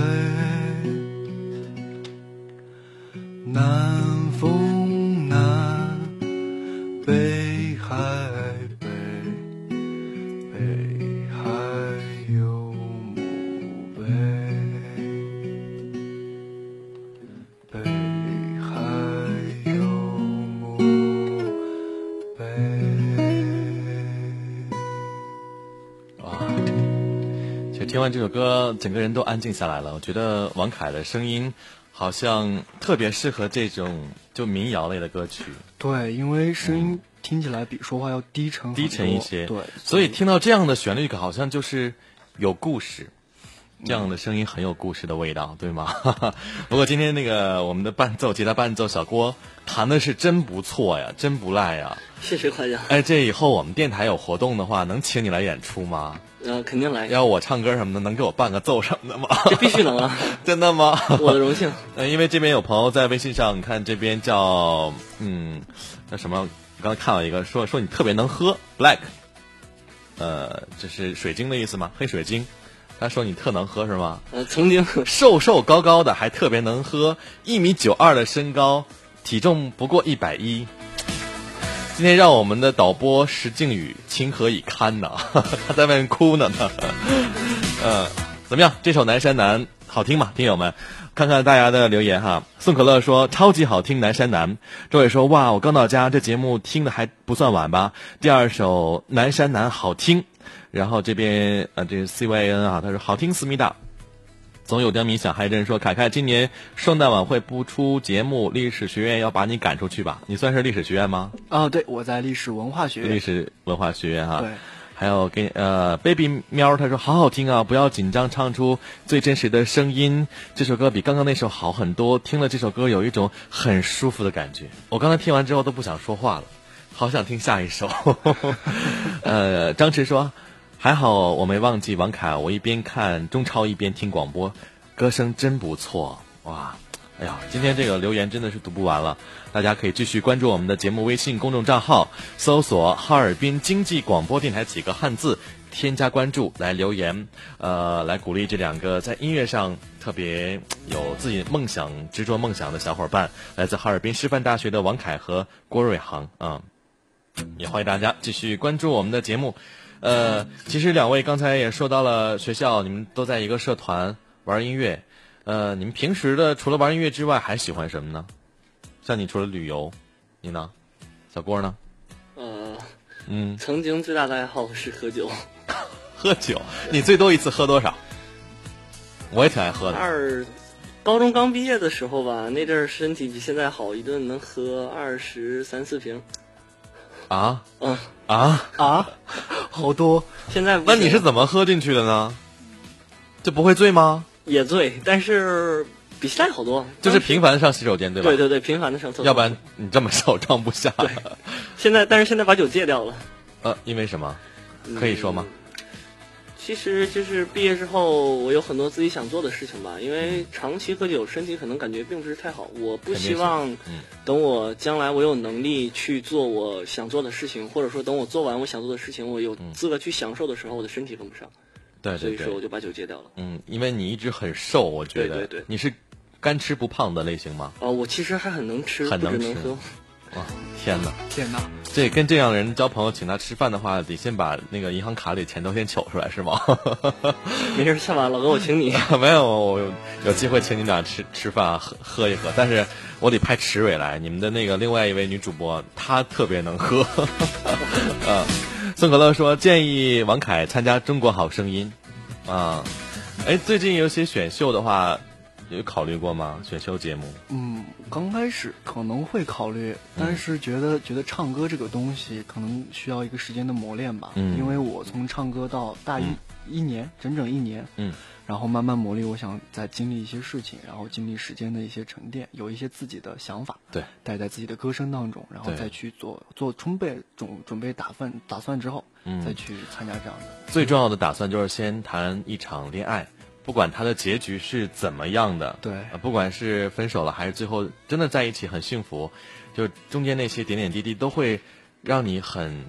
S5: 南风南，北海北。北海有墓碑，北海有墓碑。
S4: 其实听完这首歌，整个人都安静下来了。我觉得王凯的声音好像特别适合这种就民谣类的歌曲，
S8: 对，因为声音听起来比说话要低沉很
S4: 低沉
S8: 多
S4: 一些。
S8: 对，
S4: 所以听到这样的旋律，好像就是有故事。这样的声音很有故事的味道，对吗？ (laughs) 不过今天那个我们的伴奏吉他伴奏小郭弹的是真不错呀，真不赖呀！
S6: 谢谢夸奖，
S4: 哎，这以后我们电台有活动的话，能请你来演出吗？
S6: 呃，肯定来，
S4: 要我唱歌什么的，能给我伴个奏什么的吗？ (laughs)
S6: 这必须能啊，
S4: 真的吗？
S6: 我的荣幸。
S4: 呃，因为这边有朋友在微信上，你看这边叫嗯，叫什么？我刚才看到一个说说你特别能喝，black，呃，这是水晶的意思吗？黑水晶。他说你特能喝是吗？
S6: 呃，
S5: (laughs)
S6: 曾经
S4: 瘦瘦高高的，还特别能喝，一米九二的身高，体重不过一百一。今天让我们的导播石靖宇情何以堪呐， (laughs) 他在外面哭呢呢。呃，怎么样？这首《南山南》好听吗？听友们，看看大家的留言哈。宋可乐说超级好听，《南山南》。周伟说哇，我刚到家，这节目听的还不算晚吧？第二首《南山南》好听。然后这边呃，这是 C Y N 啊，他说好听思密达，总有点米小孩真说：“凯凯，今年圣诞晚会不出节目，历史学院要把你赶出去吧？你算是历史学院吗？
S5: 啊，对，我在历史文化学
S4: 历
S5: 院，
S4: 史文化学院哈、
S5: 对
S4: 还有给呃，baby 喵，他说好好听啊，不要紧张，唱出最真实的声音。这首歌比刚刚那首好很多，听了这首歌有一种很舒服的感觉。我刚才听完之后都不想说话了，好想听下一首。 (laughs) 呃，张弛说，还好我没忘记王凯，我一边看中超一边听广播，歌声真不错哇。哎呀，今天这个留言真的是读不完了，大家可以继续关注我们的节目微信公众账号，搜索“哈尔滨经济广播电台”几个汉字，添加关注来留言，呃，来鼓励这两个在音乐上特别有自己梦想、执着梦想的小伙伴，来自哈尔滨师范大学的王凯和郭瑞航啊、也欢迎大家继续关注我们的节目。呃，其实两位刚才也说到了学校，你们都在一个社团玩音乐。呃，你们平时的除了玩音乐之外，还喜欢什么呢？像你除了旅游，你呢？小郭呢？
S6: 呃，
S4: 嗯，
S6: 曾经最大的爱好是喝酒，
S4: 喝酒，你最多一次喝多少？我也挺爱喝的。
S6: 二高中刚毕业的时候吧，那阵儿身体比现在好，一顿能喝二十三四瓶。
S4: 啊
S6: 嗯，
S4: 啊！
S5: 啊，好多
S6: 现在不
S4: 那你是怎么喝进去的呢？这不会醉吗？
S6: 也醉，但是比现在好多，
S4: 就是
S6: 当时
S4: 频繁上洗手间，对吧？
S6: 对对对，频繁的上厕所，
S4: 要不然你这么瘦装不下。
S6: 现在，但是现在把酒戒掉了。
S4: 呃，因为什么？
S6: 嗯
S4: 可以说吗？
S6: 其实就是毕业之后，我有很多自己想做的事情吧。因
S4: 嗯
S6: 为长期喝酒，身体可能感觉并不是太好。我不希望
S4: 嗯
S6: 等我将来我有能力去做我想做的事情，或者说等我做完我想做的事情，我有资格去享受的时候，我的身体跟不上，
S4: 对
S6: 所
S4: 对
S6: 以说我
S4: 嗯对。
S6: 就把酒戒掉了。
S4: 嗯，因为你一直很瘦，我觉得。
S6: 对对对
S4: 你是干吃不胖的类型吗？
S6: 啊、我其实还很能吃，
S4: 很
S6: 不只
S4: 能
S6: 能
S4: 吃
S6: 喝。 (laughs)
S4: 哇，天哪！
S5: 天哪！
S4: 这跟这样的人交朋友，请他吃饭的话，得先把那个银行卡里钱都先取出来，是吗？ (laughs)
S6: 没事，下晚老哥我请你。
S4: 没有，我有有机会请你俩吃吃饭啊，喝喝一喝。但是我得派池伟来，你们的那个另外一位女主播，她特别能喝。 (laughs) 呃，宋可乐说建议王凯参加《中国好声音》啊。哎，最近有些选秀的话，有考虑过吗？选秀节目？
S5: 嗯，刚开始可能会考
S4: 嗯
S5: 虑，但是觉得、觉得唱歌这个东西可能需要一个时间的磨练吧。
S4: 嗯
S5: 因为我从唱歌到大一、
S4: 嗯
S5: 一年，整整一年，
S4: 嗯，
S5: 然后慢慢磨砺，我想再经历一些事情，然后经历时间的一些沉淀，有一些自己的想法，
S4: 对，
S5: 带在自己的歌声当中，然后
S4: 对
S5: 再去做做充备准准备打算打算之后，
S4: 嗯
S5: 再去参加这样的。
S4: 最重要的打算就是先谈一场恋爱，不管它的结局是怎么样的，
S5: 对
S4: 呃不管是分手了还是最后真的在一起很幸福，就中间那些点点滴滴都会让你很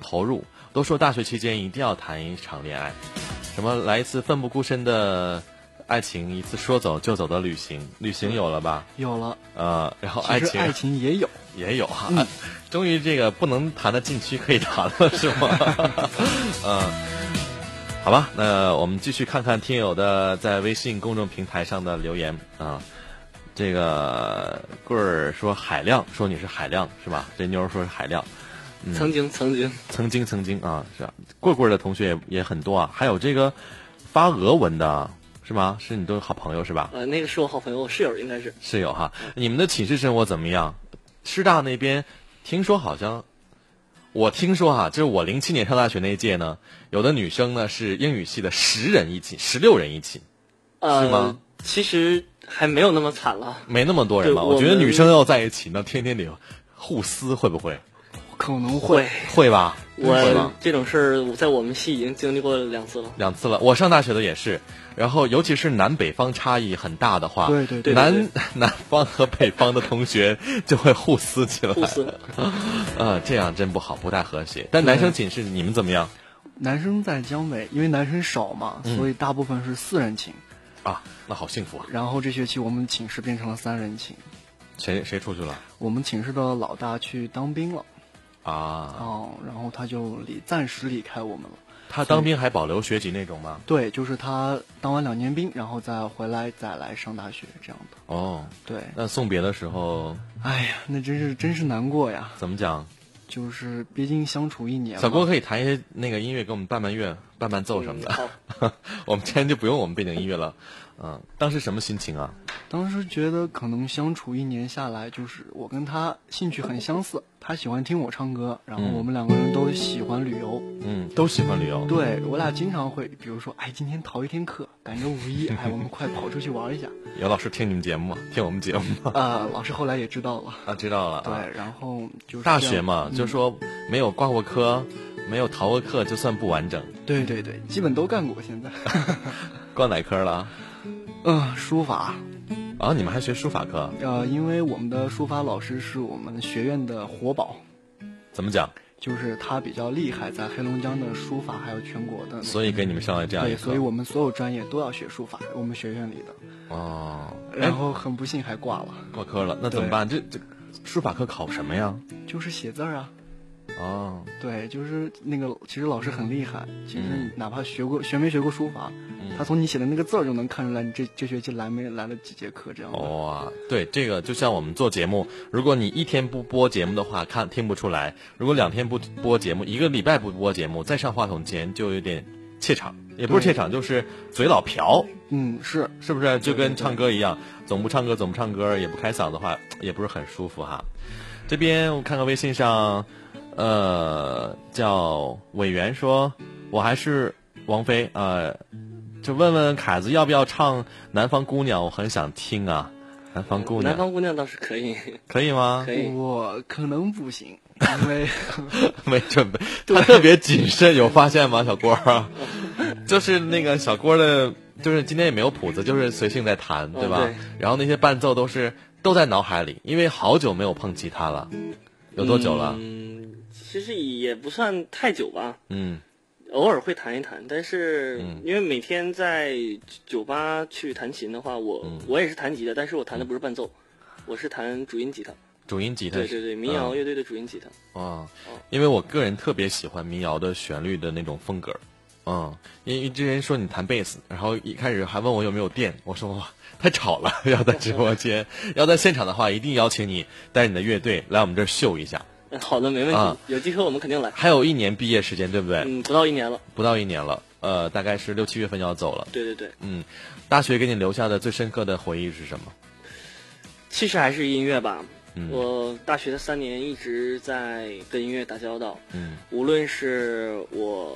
S4: 投入。都说大学期间一定要谈一场恋爱，什么来一次奋不顾身的爱情，一次说走就走的旅行，旅行有了吧？
S5: 有了，
S4: 呃，然后爱
S5: 其实
S4: 情
S5: 爱情也有，
S4: 也有哈、 (laughs) 终于这个不能谈的禁区可以谈了，是吗？嗯，好吧，那我们继续看看听友的在微信公众平台上的留言啊。这个棍儿说海量，说你是海量是吧？这妞儿说是海量，嗯
S6: 曾经，曾经，
S4: 曾经曾经啊，是啊，棍棍儿的同学也也很多啊，还有这个发俄文的是吗？是你都好朋友是吧？
S6: 呃，那个是我好朋友，我室友应该是。
S4: 室友哈，你们的寝室生活怎么样？师大那边听说好像，我听说哈、就是我零七年上大学那一届呢，有的女生呢是英语系的十人一寝，十六人一寝，
S6: 呃，
S4: 是吗
S6: 其实还没有那么惨了。
S4: 没那么多人吧？
S6: 对
S4: 我觉得
S6: 我们
S4: 女生要在一起呢，天天得互撕，会不会？
S5: 可能会
S6: 会，
S4: 会吧？嗯会吧
S6: 我？这种事儿在我们系已经经历过两次了。
S4: 两次了，我上大学的也是，然后尤其是南北方差异很大的话，
S5: 对对对
S4: 南南方和北方的同学就会互撕起来，
S6: 互撕，
S4: (laughs) 呃，这样真不好，不太和谐。但男生寝室你们怎么样？
S5: 男生在江北，因为男生少嘛，
S4: 嗯
S5: 所以大部分是四人寝。
S4: 啊，那好幸福啊！
S5: 然后这学期我们寝室变成了三人寝，
S4: 谁谁出去了
S5: 我们寝室的老大去当兵了，
S4: 啊？
S5: 哦，然后他就离暂时离开我们了。
S4: 他当兵还保留学籍那种吗？
S5: 对，就是他当完两年兵，然后再回来再来上大学这样的。
S4: 哦，
S5: 对，
S4: 那送别的时候
S5: 哎呀，那真是真是难过呀，
S4: 怎么讲？
S5: 就是毕竟相处一年嘛。
S4: 小郭可以弹一些那个音乐给我们伴伴乐、伴伴奏什么的。 (laughs)
S6: 好，
S4: 我们今天就不用我们背景音乐了。嗯，当时什么心情啊？
S5: 当时觉得可能相处一年下来，就是我跟他兴趣很相似，他喜欢听我唱歌，然后
S4: 嗯
S5: 我们两个人都喜欢旅游。
S4: 嗯，都喜欢旅游。
S5: 对我俩经常会，比如说，哎，今天逃一天课，赶着五一，哎，我们快跑出去玩一下。
S4: 有老师听你们节目吗？听我们节目吗？
S5: 呃，老师后来也知道了，
S4: 啊，知道了。啊，
S5: 对，然后就是嗯
S4: 大
S5: 这样
S4: 学嘛，就说没有挂过科，没有逃过课，就算不完整。
S5: 对对对，基本都干过。现
S4: (laughs)
S5: 在，
S4: 挂哪科了？
S5: 嗯、书法，
S4: 啊，你们还学书法课？
S5: 呃，因为我们的书法老师是我们学院的活宝，
S4: 怎么讲？
S5: 就是他比较厉害，在黑龙江的书法还有全国的那个，
S4: 所以给你们上了这样一
S5: 对，
S4: 课。
S5: 所以我们所有专业都要学书法，我们学院里的。
S4: 哦，
S5: 然后很不幸还挂了，
S4: 挂科了，那怎么办？这这书法课考什么呀？
S5: 就是写字儿啊。
S4: 哦，
S5: 对，就是那个，其实老师很厉害，
S4: 嗯
S5: 其实哪怕学过学没学过书法，他从你写的那个字儿就能看出来你这这学期来没来了几节课这样的。
S4: 哇、哦啊对，这个就像我们做节目，如果你一天不播节目的话，看听不出来；如果两天不播节目，一个礼拜不播节目，再上话筒前就有点怯场，也不是怯场，就是嘴老瓢，
S5: 嗯，是
S4: 是不是？就跟唱歌一样，总不唱歌，总不唱歌，也不开嗓的话，也不是很舒服哈。这边我看看微信上，呃，叫委员说，我还是王菲，呃，就问问凯子要不要唱《南方姑娘》，我很想听啊，《南方姑娘啊
S6: 南》方姑娘倒是可以，
S4: 可以吗？
S6: 可以。
S5: 我可能不行，因为 (laughs)
S4: (laughs) 没准备，他特别谨慎，有发现吗？小郭儿， (laughs) 就是那个小郭儿的，就是今天也没有谱子，就是随性在弹，对吧？
S6: 哦对
S4: 然后那些伴奏都是都在脑海里，因为好久没有碰吉他了，有多久了？
S6: 嗯，其实也不算太久吧，
S4: 嗯
S6: 偶尔会弹一弹，但是因为每天在酒吧去弹琴的话，我、
S4: 嗯
S6: 我也是弹吉他，但是我弹的不是伴奏，我是弹主音吉他。
S4: 主音吉他
S6: 对
S4: 是，
S6: 对哦对，民
S4: 嗯
S6: 谣乐队的主音吉他。
S4: 啊、因为我个人特别喜欢民谣的旋律的那种风格，嗯，因为之前说你弹贝斯，然后一开始还问我有没有电，我说哇太吵了， (laughs) 要在直播间，要在现场的话，一定邀请你带你的乐队来我们这儿秀一下。
S6: 嗯好的，没问题，
S4: 啊
S6: 有机会我们肯定来。
S4: 还有一年毕业时间，对不对？
S6: 嗯，不到一年了。
S4: 不到一年了，呃，大概是六七月份要走了。
S6: 对对对，
S4: 嗯，大学给你留下的最深刻的回忆是什么？
S6: 其实还是音乐吧。
S4: 嗯
S6: 我大学的三年一直在跟音乐打交道，
S4: 嗯
S6: 无论是我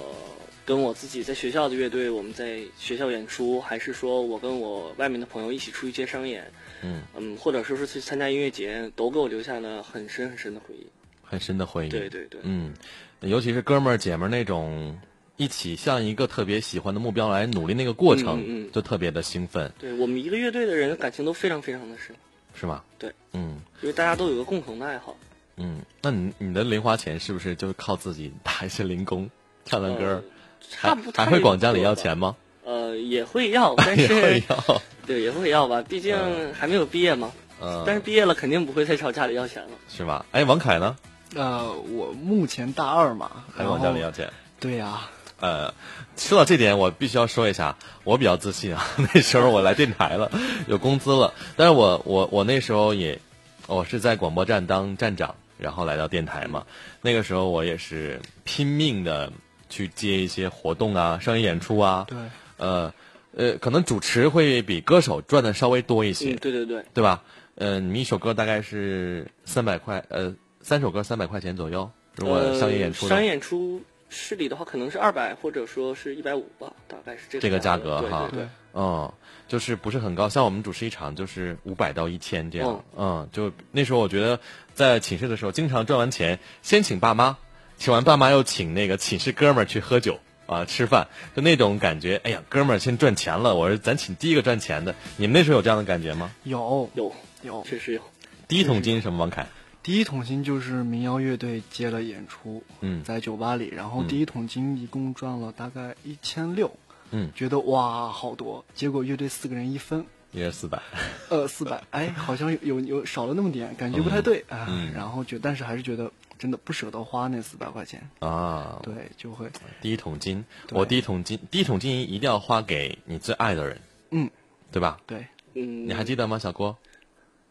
S6: 跟我自己在学校的乐队，我们在学校演出，还是说我跟我外面的朋友一起出去街商演，
S4: 嗯，
S6: 嗯，或者说是去参加音乐节，都给我留下了很深很深的回忆。
S4: 很深的回忆。
S6: 对对对，
S4: 嗯，尤其是哥们儿姐们儿那种一起向一个特别喜欢的目标来努力那个过程，
S6: 嗯嗯嗯
S4: 就特别的兴奋，
S6: 对我们一个乐队的人感情都非常非常的深，
S4: 是吗？
S6: 对，
S4: 嗯
S6: 因为大家都有一个共同的爱好。
S4: 嗯，那你你的零花钱是不是就靠自己打一些零工，唱唱歌儿
S6: 呃？差不
S4: 还
S6: 太
S4: 还会管家里要
S6: 多吧
S4: 钱吗？
S6: 呃，也会要，
S4: (laughs)
S6: 但
S4: 也
S6: 是
S4: 会要。
S6: (laughs) 对也会要吧，毕竟还没有毕业嘛。
S4: 嗯
S6: 但是毕业了肯定不会再朝家里要钱了。
S4: 是吧？哎，王凯呢？
S5: 呃，我目前大二嘛，
S4: 还
S5: 然后
S4: 管
S6: 哦
S4: 家里要钱？
S5: 对啊呀、
S4: 呃，说到这点，我必须要说一下，我比较自信啊。 (laughs) 那时候我来电台了，有工资了，但是我我我那时候也，我是在广播站当站长，然后来到电台嘛。那个时候我也是拼命的去接一些活动啊、商业演出啊。
S5: 对。
S4: 呃呃，可能主持会比歌手赚的稍微多一些，
S6: 嗯，对对对，
S4: 对吧？嗯、你们一首歌大概是三百块，呃，三首歌三百块钱左右。如果
S6: 呃，
S4: 商业演出呢？
S6: 商业演出市里的话，可能是二百或者说是一百五吧，大概是这个
S4: 这个价格
S6: 对
S4: 哈
S6: 对对，
S4: 嗯，就是不是很高，像我们主持一场就是五百到一千这样，
S5: 哦
S4: 嗯，就那时候我觉得在寝室的时候，经常赚完钱，先请爸妈，请完爸妈又请那个寝室哥们儿去喝酒啊吃饭，就那种感觉，哎呀，哥们儿先赚钱了，我说咱请第一个赚钱的，你们那时候有这样的感觉吗？
S5: 有
S6: 有
S5: 有，
S6: 确实有。
S4: 第一桶金什么？王凯，
S5: 第一桶金就是民谣乐队接了演出，
S4: 嗯
S5: 在酒吧里，然后第一桶金一共赚了大概一千六，
S4: 嗯
S5: 觉得哇好多，结果乐队四个人一分，
S4: 一人四百，
S5: 呃四百，哎好像有有有少了那么点，感觉不太
S4: 嗯
S5: 对啊，然后觉但是还是觉得真的不舍得花那四百块钱，
S4: 啊，
S5: 对，就会
S4: 第一桶金，
S5: 对
S4: 我第一桶金，第一桶金一定要花给你最爱的人，
S5: 嗯，
S4: 对吧？
S5: 对，
S6: 嗯，
S4: 你还记得吗，小郭？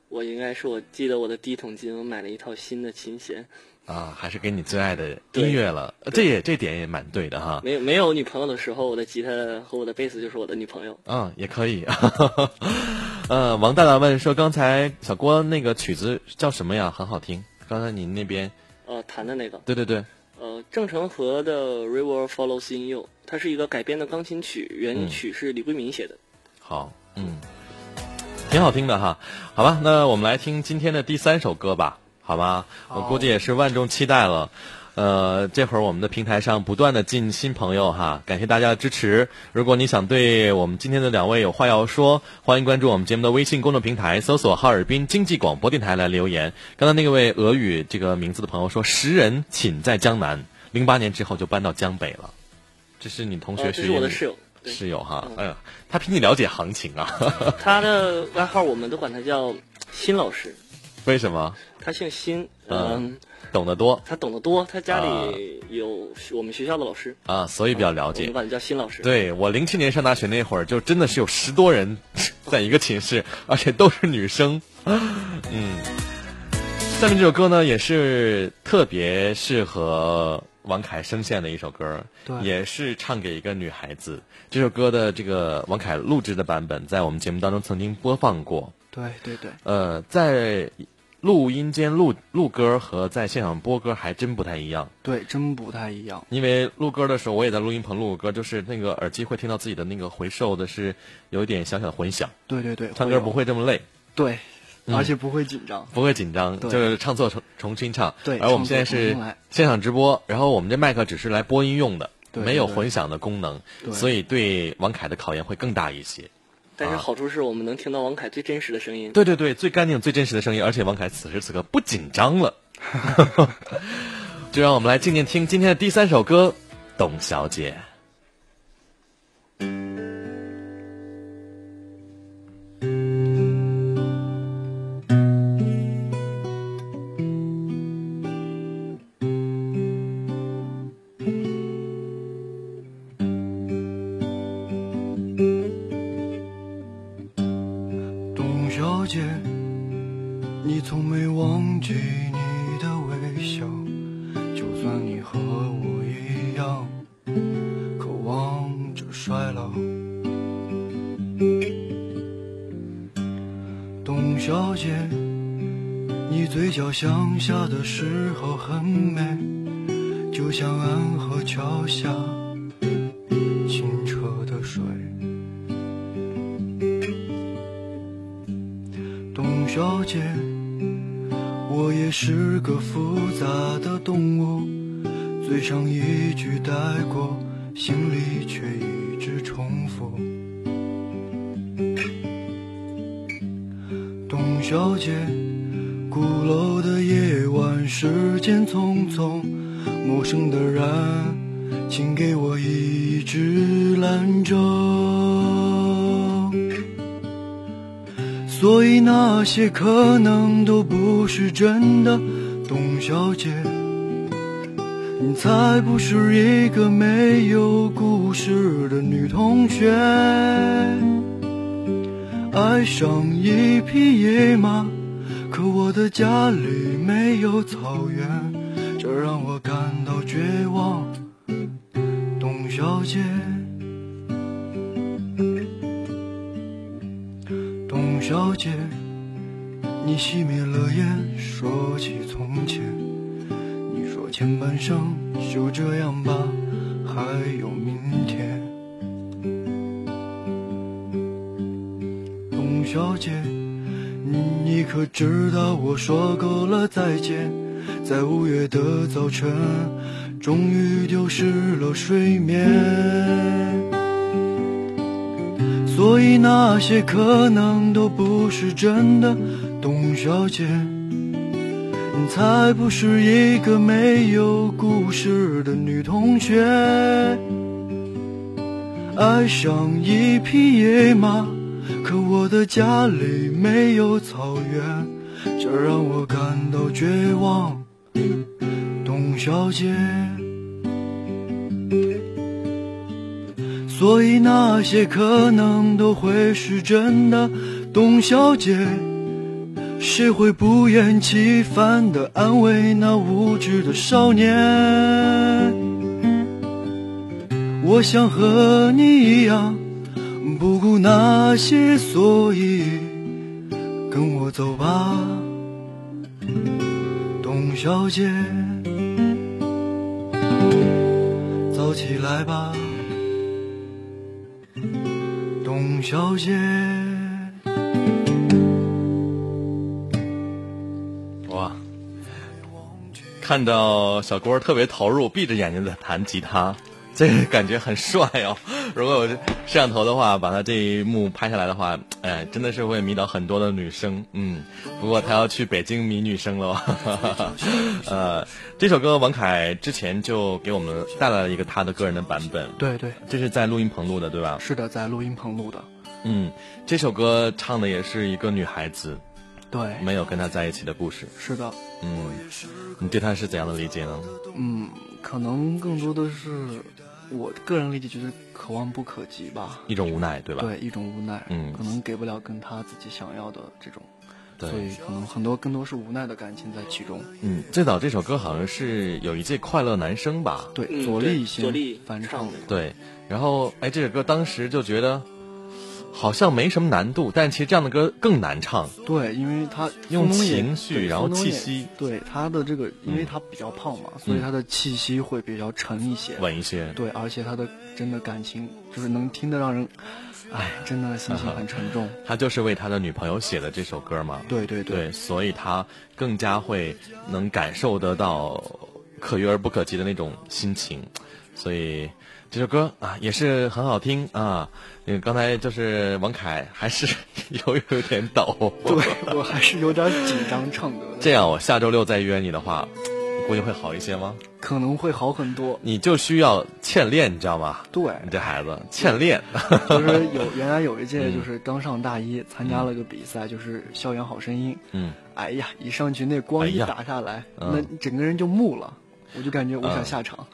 S6: 我应该是我记得我的第一桶金，我买了一套新的琴弦，
S4: 啊，还是给你最爱的
S6: 对
S4: 音乐了，呃这也这点也蛮对的哈。
S6: 没有没有女朋友的时候，我的吉他和我的贝斯就是我的女朋友。
S4: 嗯，也可以。 (laughs) 呃，王大大问说，刚才小郭那个曲子叫什么呀？很好听。刚才您那边，
S6: 呃，弹的那个，
S4: 对对对，
S6: 呃，郑成和的《River Follows In You》，它是一个改编的钢琴曲，
S4: 嗯
S6: 原曲是李桂民写的。
S4: 好，嗯，挺好听的哈。好吧，那我们来听今天的第三首歌吧，好吧？我估计也是万众期待了。呃，这会儿我们的平台上不断的进新朋友哈，感谢大家的支持。如果你想对我们今天的两位有话要说，欢迎关注我们节目的微信公众平台，搜索“哈尔滨经济广播电台”来留言。刚才那位俄语这个名字的朋友说：“识人寝在江南，零八年之后就搬到江北了。”这是你同学
S6: 呃，
S4: 学
S6: 这
S4: 英
S6: 是
S4: 语、
S6: 我的室友，对
S4: 室友哈，哎呀，他比你了解行情啊？ (laughs)
S6: 他的外号我们都管他叫辛老师，
S4: 为什么？
S6: 他姓辛，
S4: 嗯
S6: 嗯，
S4: 懂得多
S6: 他懂得多，他家里有我们学校的老师，
S4: 啊，所以比较了
S6: 我们
S4: 解。
S6: 管他叫辛老师。
S4: 对我零七年上大学那会儿，就真的是有十多人 (laughs) 在一个寝室，而且都是女生。 (laughs) 嗯，下面这首歌呢，也是特别适合王凯声线的一首歌，
S9: 对
S4: 也是唱给一个女孩子。这首歌的这个王凯录制的版本，在我们节目当中曾经播放过。
S9: 对对对，
S4: 呃，在录音间录录歌和在现场播歌还真不太一样，
S9: 对，真不太一样。
S4: 因为录歌的时候我也在录音棚录过歌，就是那个耳机会听到自己的那个回授的是有一点小小的混响，
S9: 对对对，
S4: 唱
S9: 有
S4: 歌不会这么累。
S9: 对，
S5: 嗯
S9: 而且不会紧张。
S4: 不会紧张，就
S9: 对
S4: 是唱错重重新唱。
S9: 对
S4: 而我们现在
S9: 唱错
S4: 是
S9: 重新来
S4: 现场直播，然后我们这麦克只是来播音用的，
S9: 对
S4: 没有
S9: 对
S4: 混响的功能，
S9: 对
S4: 所以对王凯的考验会更大一些。
S6: 但是
S4: 啊
S6: 好处是我们能听到王凯最真实的声音。
S4: 对对对，最干净、最真实的声音，而且王凯此时此刻不紧张了。就让我们来静静听今天的第三首歌《董小姐》。
S5: 董小姐，你从没忘记你的微笑，就算你和我一样，渴望着衰老。董小姐，你嘴角向下的时候很美，就像安河桥下清澈的水。董小姐，我也是个复杂的动物，嘴上一句带过，心里却一直重复。董小姐，鼓楼的夜晚，时间匆匆，陌生的人，请给我一支兰州。所以那些可能都不是真的，董小姐，你才不是一个没有故事的女同学。爱上一匹野马，可我的家里没有草原，这让我感到绝望，董小姐。董小姐，你熄灭了烟，说起从前。你说前半生就这样吧，还有明天。董小姐，你你可知道我说够了再见，在五月的早晨，终于丢失了睡眠。所以那些可能都不是真的，董小姐，你才不是一个没有故事的女同学。爱上一匹野马，可我的家里没有草原，这让我感到绝望，董小姐。所以那些可能都会是真的，董小姐，
S3: 谁会不厌其烦地安慰那无知的少年？我想和你一样，不顾那些所以，跟我走吧，董小姐，早起来吧，董小姐。
S4: 哇，看到小郭特别投入，闭着眼睛在弹吉他， (laughs) 这个感觉很帅哦。 (laughs) 如果有摄像头的话，把他这一幕拍下来的话，哎，真的是会迷倒很多的女生。嗯，不过他要去北京迷女生了。 (laughs) 呃，这首歌王凯之前就给我们带来了一个他的个人的版本，
S5: 对对，
S4: 这是在录音棚录的，对吧？
S5: 是的，在录音棚录的，
S4: 嗯，这首歌唱的也是一个女孩子
S5: 对，
S4: 没有跟他在一起的故事。
S5: 是的，
S4: 嗯，你对他是怎样的理解呢？
S5: 嗯，可能更多的是我个人理解就是可望不可及吧，
S4: 一种无奈，对吧？
S5: 对，一种无奈，
S4: 嗯
S5: 可能给不了跟他自己想要的这种，
S4: 对
S5: 所以可能很多更多是无奈的感情在其中。
S4: 嗯，最早这首歌好像是有一届快乐男声吧？
S5: 对，
S6: 嗯
S5: 左
S6: 对
S5: 立
S6: 左
S5: 先
S6: 立
S5: 翻
S6: 唱
S5: 唱
S6: 的
S4: 对，然后哎，这首歌当时就觉得好像没什么难度，但其实这样的歌更难唱。
S5: 对，因为他
S4: 用
S5: 苏东野
S4: 情绪
S5: 对
S4: 然后
S5: 苏东
S4: 气
S5: 野
S4: 息嗯
S5: 对他的这个，因为他比较胖嘛，所以他的气息会比较沉一些。
S4: 稳一些，
S5: 对，而且他的真的感情就是能听得让人，哎，真的心情很沉重。
S4: 他就是为他的女朋友写的这首歌嘛。
S5: 对对对
S4: 对，所以他更加会能感受得到可遇而不可及的那种心情，所以这首歌啊也是很好听啊。那个刚才就是王凯还是 (laughs) 有有点抖，
S5: 对， (laughs) 我还是有点紧张唱歌的，
S4: 这样我下周六再约你的话，估计会好一些吗？
S5: 可能会好很多。
S4: 你就需要欠练，你知道吗？ (laughs)
S5: 对，
S4: 你这孩子欠练，
S5: 就是有原来有一
S4: 嗯
S5: 届就是刚上大一，参加了个比赛，就是校园好声音。
S4: 嗯，
S5: 哎呀，一上去那光
S4: 哎
S5: 一
S4: 呀
S5: 打下来，
S4: 嗯
S5: 那整个人就木了，我就感觉我想下场。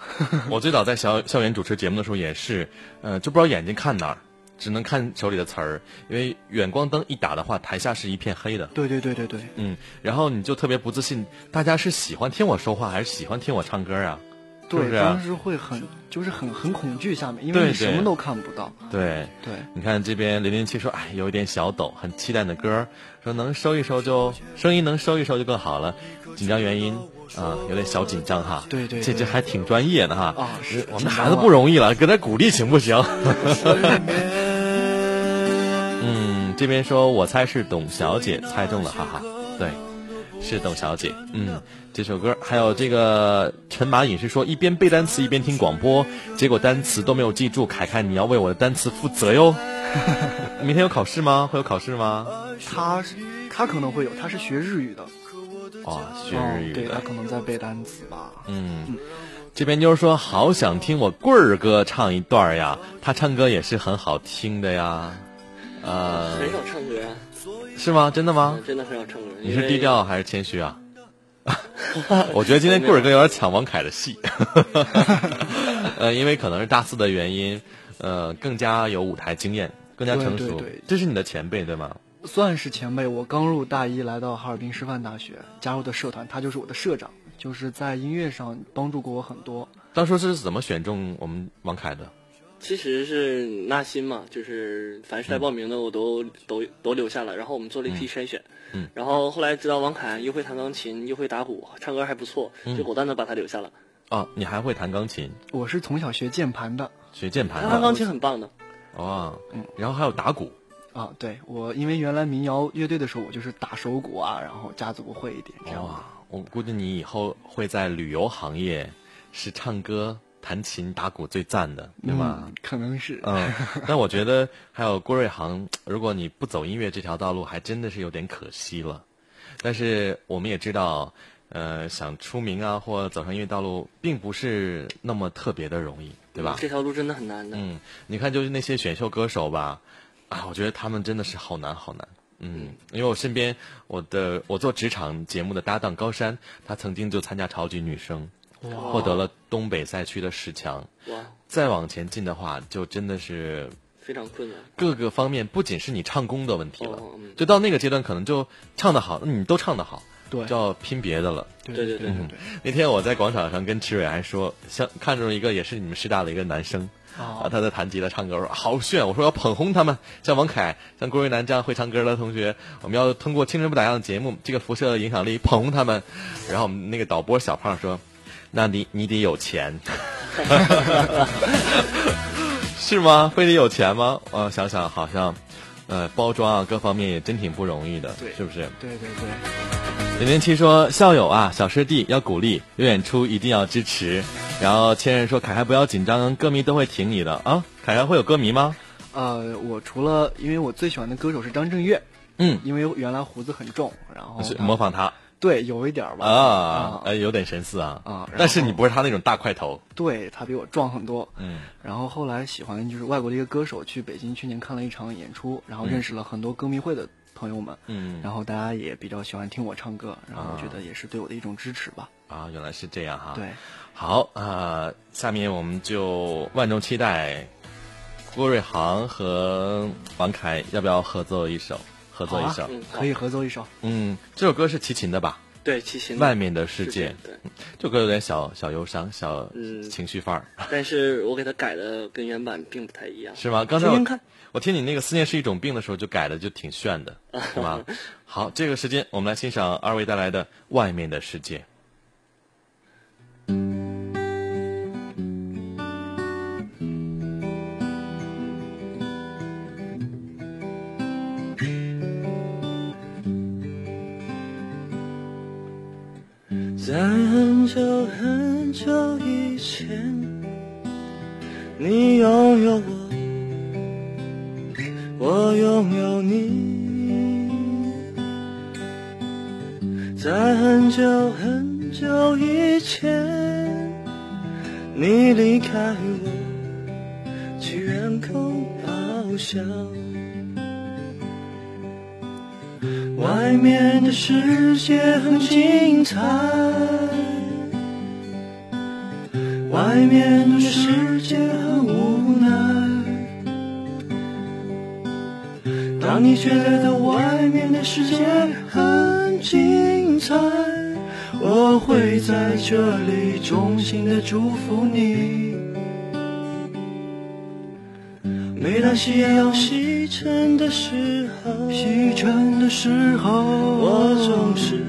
S4: 我最早在校校园主持节目的时候也是，呃，就不知道眼睛看哪儿，只能看手里的词儿，因为远光灯一打的话，台下是一片黑的。
S5: 对对对对对，
S4: 嗯，然后你就特别不自信，大家是喜欢听我说话还是喜欢听我唱歌啊？是不
S5: 对，
S4: 是
S5: 当
S4: 啊？
S5: 时会很就是很很恐惧下面，因
S4: 对
S5: 为
S4: 对
S5: 你什么都看不到。
S4: 对，
S5: 对
S4: 你看这边零零七说，哎，有一点小抖，很期待你的歌，说能收一收就声音能收一收就更好了。紧张原因啊、有点小紧张哈。
S5: 对对
S4: 这
S5: 对
S4: 这还挺专业的哈。
S5: 啊是
S4: 我
S5: 紧张
S4: 们孩子
S5: 了
S4: 不容易了，给点鼓励行
S5: (laughs)
S4: 不行？嗯，这边说我猜是董小姐猜中了，哈哈，对，是董小姐。嗯，这首歌还有这个陈马影是说一边背单词一边听广播，结果单词都没有记住。凯凯，你要为我的单词负责哟。 (laughs) 明天有考试吗？会有考试吗？
S5: 他是他可能会有，他是学日语的，
S4: 哦，学日
S5: 嗯
S4: 语
S5: 对他
S4: 的。
S5: 可能在背单词吧。
S4: 嗯，这边妞说好想听我棍儿哥唱一段儿呀，他唱歌也是很好听的呀。呃，
S6: 很少唱歌啊，
S4: 是吗？真的吗？
S6: 真的很少唱歌。
S4: 啊你
S6: 因
S4: 是
S6: 为
S4: 低调还是谦虚啊？ (laughs) 我觉得今天棍儿哥有点抢王凯的戏， (laughs) 呃，因为可能是大四的原因，呃，更加有舞台经验，更加成熟。
S5: 对对对
S4: 这是你的前辈对吗？
S5: 算是前辈，我刚入大一来到哈尔滨师范大学，加入的社团，他就是我的社长，就是在音乐上帮助过我很多。
S4: 当初是怎么选中我们王凯的？
S6: 其实是纳新嘛，就是凡是来报名的我都、都都留下了，然后我们做了一批筛选，
S4: 嗯
S6: 然后后来知道王凯又会弹钢琴，又会打鼓，唱歌还不错，
S4: 嗯
S6: 就果断的把他留下了。
S4: 哦，你还会弹钢琴，
S5: 我是从小学键盘的
S4: 学键盘
S6: 他弹
S4: 的
S6: 钢琴很棒的，
S4: 哦，然后还有打鼓，
S5: 啊，对我因为原来民谣乐队的时候，我就是打手鼓啊，然后架子鼓会一点这样的。
S4: 哇，哦我估计你以后会在旅游行业是唱歌、弹琴、打鼓最赞的，对吧？
S5: (laughs) 嗯，可能是，
S4: 嗯，那我觉得还有郭瑞航，如果你不走音乐这条道路，还真的是有点可惜了。但是我们也知道，呃，想出名啊，或走上音乐道路，并不是那么特别的容易，对吧？
S6: 这条路真的很难的。
S4: 啊嗯，你看，就是那些选秀歌手吧，啊，我觉得他们真的是好难好难。嗯，因为我身边我的我做职场节目的搭档高山，他曾经就参加超级女声，获得了东北赛区的十强。
S6: 哇，
S4: 再往前进的话，就真的是
S5: 非常困难。
S4: 各个方面不仅是你唱功的问题了
S5: 哦嗯，
S4: 就到那个阶段，可能就唱得好，你都唱得好，
S6: 对
S4: 就要拼别的了。
S6: 对
S5: 对对对
S6: 对
S4: 那天我在广场上跟池蕊还说，像看中一个也是你们师大的一个男生，
S6: 哦
S4: 啊，他在弹吉他唱歌，我说好炫，我说要捧红他们，像王凯、像郭瑞南这样会唱歌的同学，我们要通过《青春不打烊》的节目，这个辐射影响力捧红他们。然后我们那个导播小胖说，那你你得有钱， (laughs) 是吗？非得有钱吗？呃，想想好像，呃，包装啊各方面也真挺不容易的，
S6: 对
S4: 是不是？
S6: 对对对。
S4: 零零七说：“校友啊，小师弟要鼓励，有演出一定要支持。”然后千人说：“凯凯不要紧张，歌迷都会挺你的啊。”凯凯会有歌迷吗？
S6: 呃，我除了因为我最喜欢的歌手是张震岳，
S4: 嗯，
S6: 因为原来胡子很重，然后
S4: 是模仿他
S6: 对有一点儿吧
S4: 啊，哎，有点神似啊
S6: 啊哦然后
S4: 但是你不是他那种大块头，
S6: 对他比我壮很多，
S4: 嗯，
S6: 然后后来喜欢就是外国的一个歌手，去北京去年看了一场演出，然后认识了很多歌迷会的朋友们，
S4: 嗯
S6: 然后大家也比较喜欢听我唱歌，然后我觉得也是对我的一种支持吧，
S4: 啊，原来是这样哈。
S6: 对，
S4: 好啊、呃下面我们就万众期待郭瑞航和王凯要不要合作一首？合作一首，
S6: 好啊
S5: 嗯，好
S6: 可以合奏一首，
S4: 嗯，这首歌是齐秦的吧？
S5: 对，齐秦
S4: 外面的世界，
S5: 对，
S4: 这首歌有点小小忧伤，小
S5: 嗯
S4: 情绪范儿， (laughs)
S5: 但是我给它改的跟原版并不太一样。
S4: 是吗？刚才我
S5: 听听看
S4: 我听你那个“思念是一种病”的时候，就改的就挺
S5: (laughs)
S4: 炫的，是吧？好，这个时间我们来欣赏二位带来的《外面的世界》。
S5: 在很久很久以前，你拥有我，我拥有你。在很久很久以前，你离开我，去远空翱翔。外面的世界很精彩，外面的世界很无奈。当你觉得外面的世界很精彩，我会在这里衷心的祝福你。每当夕阳西沉的时候，西沉的时候，我总是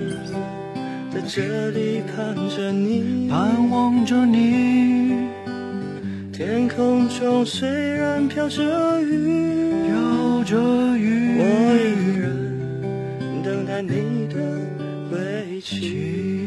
S5: 在这里盼着你，盼望着你。天空中虽然飘着雨，飘着雨，我依然等待你的归期。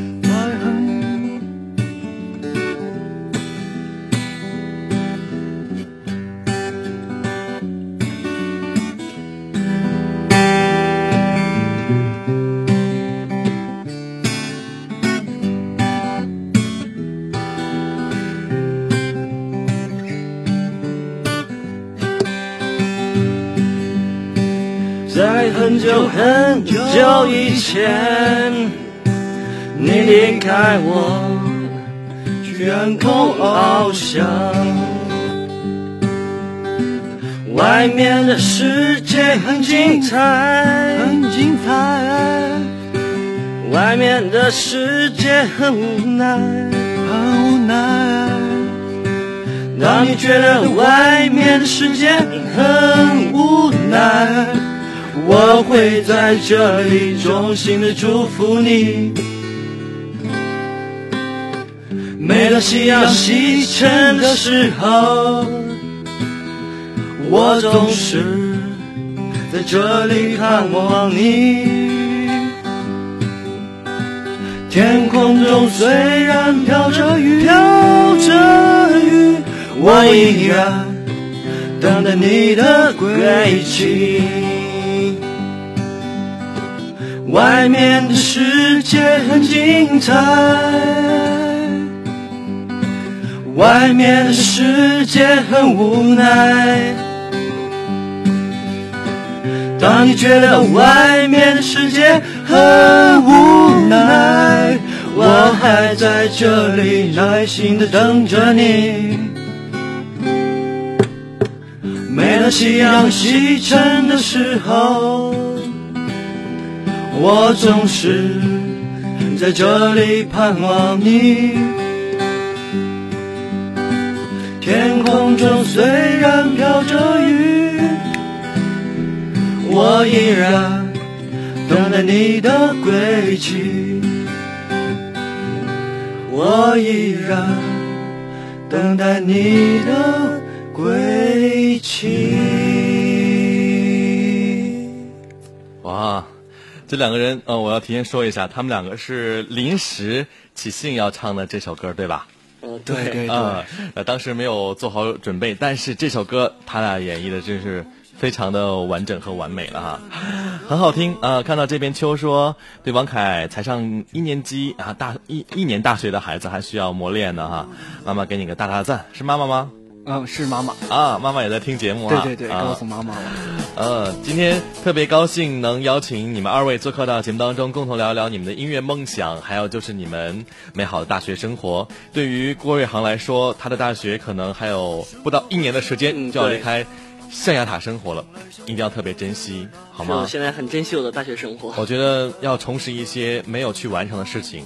S5: 在很久很久以前，你离开我，去远空翱翔。外面的世界很精彩，很精彩。外面的世界很无奈，很无奈。当你觉得外面的世界很无奈，我会在这里衷心的祝福你。每当夕阳西沉的时候，我总是在这里盼望你。天空中虽然飘着雨，飘着雨，我依然等待你的归期。外面的世界很精彩，外面的世界很无奈。当你觉得外面的世界很无奈，我还在这里耐心的等着你。每当夕阳西沉的时候，我总是在这里盼望你。天空中虽然飘着雨，我依然等待你的归期。我依然等待你的归期。
S4: 哇，这两个人，呃，我要提前说一下，他们两个是临时起兴要唱的这首歌，对吧？
S6: 嗯，
S10: 对对 (laughs) 对，
S4: 啊、呃，当时没有做好准备，但是这首歌他俩演绎的真是非常的完整和完美了哈，很好听啊、看到这边秋说，对王凯才上一年级啊，大一一年大学的孩子还需要磨练呢哈，妈妈给你个大大赞，是妈妈吗？
S10: 嗯，是妈妈，
S4: 啊，妈妈也在听节目
S10: 对
S4: 啊，
S10: 对对，
S4: 啊
S10: 告诉妈妈了。
S4: 呃，今天特别高兴能邀请你们二位做客到节目当中，共同聊一聊你们的音乐梦想，还有就是你们美好的大学生活。对于郭瑞航来说，他的大学可能还有不到一年的时间
S6: 嗯
S4: 就要离
S6: 对
S4: 开象牙塔生活了，一定要特别珍惜，好
S6: 是我
S4: 吗？
S6: 现在很珍惜我的大学生活。
S4: 我觉得要重拾一些没有去完成的事情，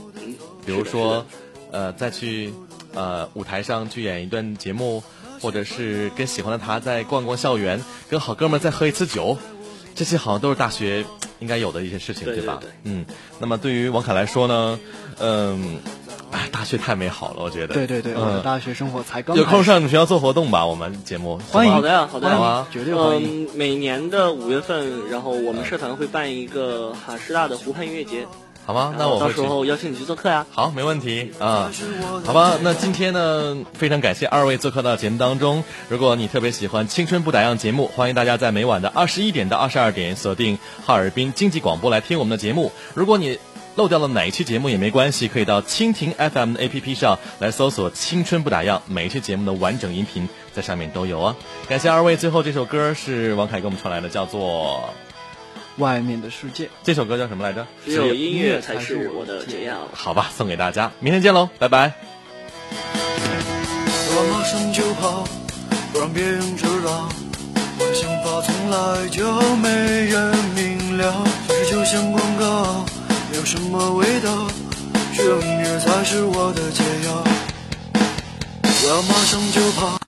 S4: 比如说，呃，再去呃舞台上去演一段节目，或者是跟喜欢的他再逛逛校园，跟好哥们儿再喝一次酒，这些好像都是大学嘖应该有的一些事情，
S6: 对
S4: 吧
S6: 对对？
S4: 嗯，那么对于王凯来说呢，嗯，哎，大学太美好了，我觉得。
S10: 对对对，我的
S4: 嗯，
S10: 大学生活才刚
S4: 有空
S10: 开始
S4: 上你们学校做活动吧，我们节目
S10: 欢迎
S4: 好
S6: 好
S4: 吗
S6: 的呀，好的呀
S4: 好啊
S10: 绝对欢迎。
S6: 嗯，每年的五月份，然后我们社团会办一个哈师大的湖畔音乐节，
S4: 好吗？
S6: 然
S4: 那我
S6: 后
S4: 会
S6: 到
S4: 去
S6: 时。候邀请你去做客呀。
S4: 好，没问题啊、好吧，那今天呢，非常感谢二位做客到节目当中。如果你特别喜欢《青春不打烊》节目，欢迎大家在每晚的二十一点到二十二点锁定哈尔滨经济广播来听我们的节目。如果你漏掉了哪一期节目也没关系，可以到蜻蜓 FM 的 APP 上来搜索“青春不打烊”，每一期节目的完整音频在上面都有啊。感谢二位，最后这首歌是王凯给我们传来的，叫做
S10: 外面的世界。
S4: 这首歌叫什么来着？
S6: 只有音乐才是我的解药。
S4: 好吧，送给大家，明天见喽，拜拜。
S5: 我马上就跑，不让别人知道。我的想法从来就没人明了，小事就像广告，没有什么味道，只有音乐才是我的解药。我要马上就跑。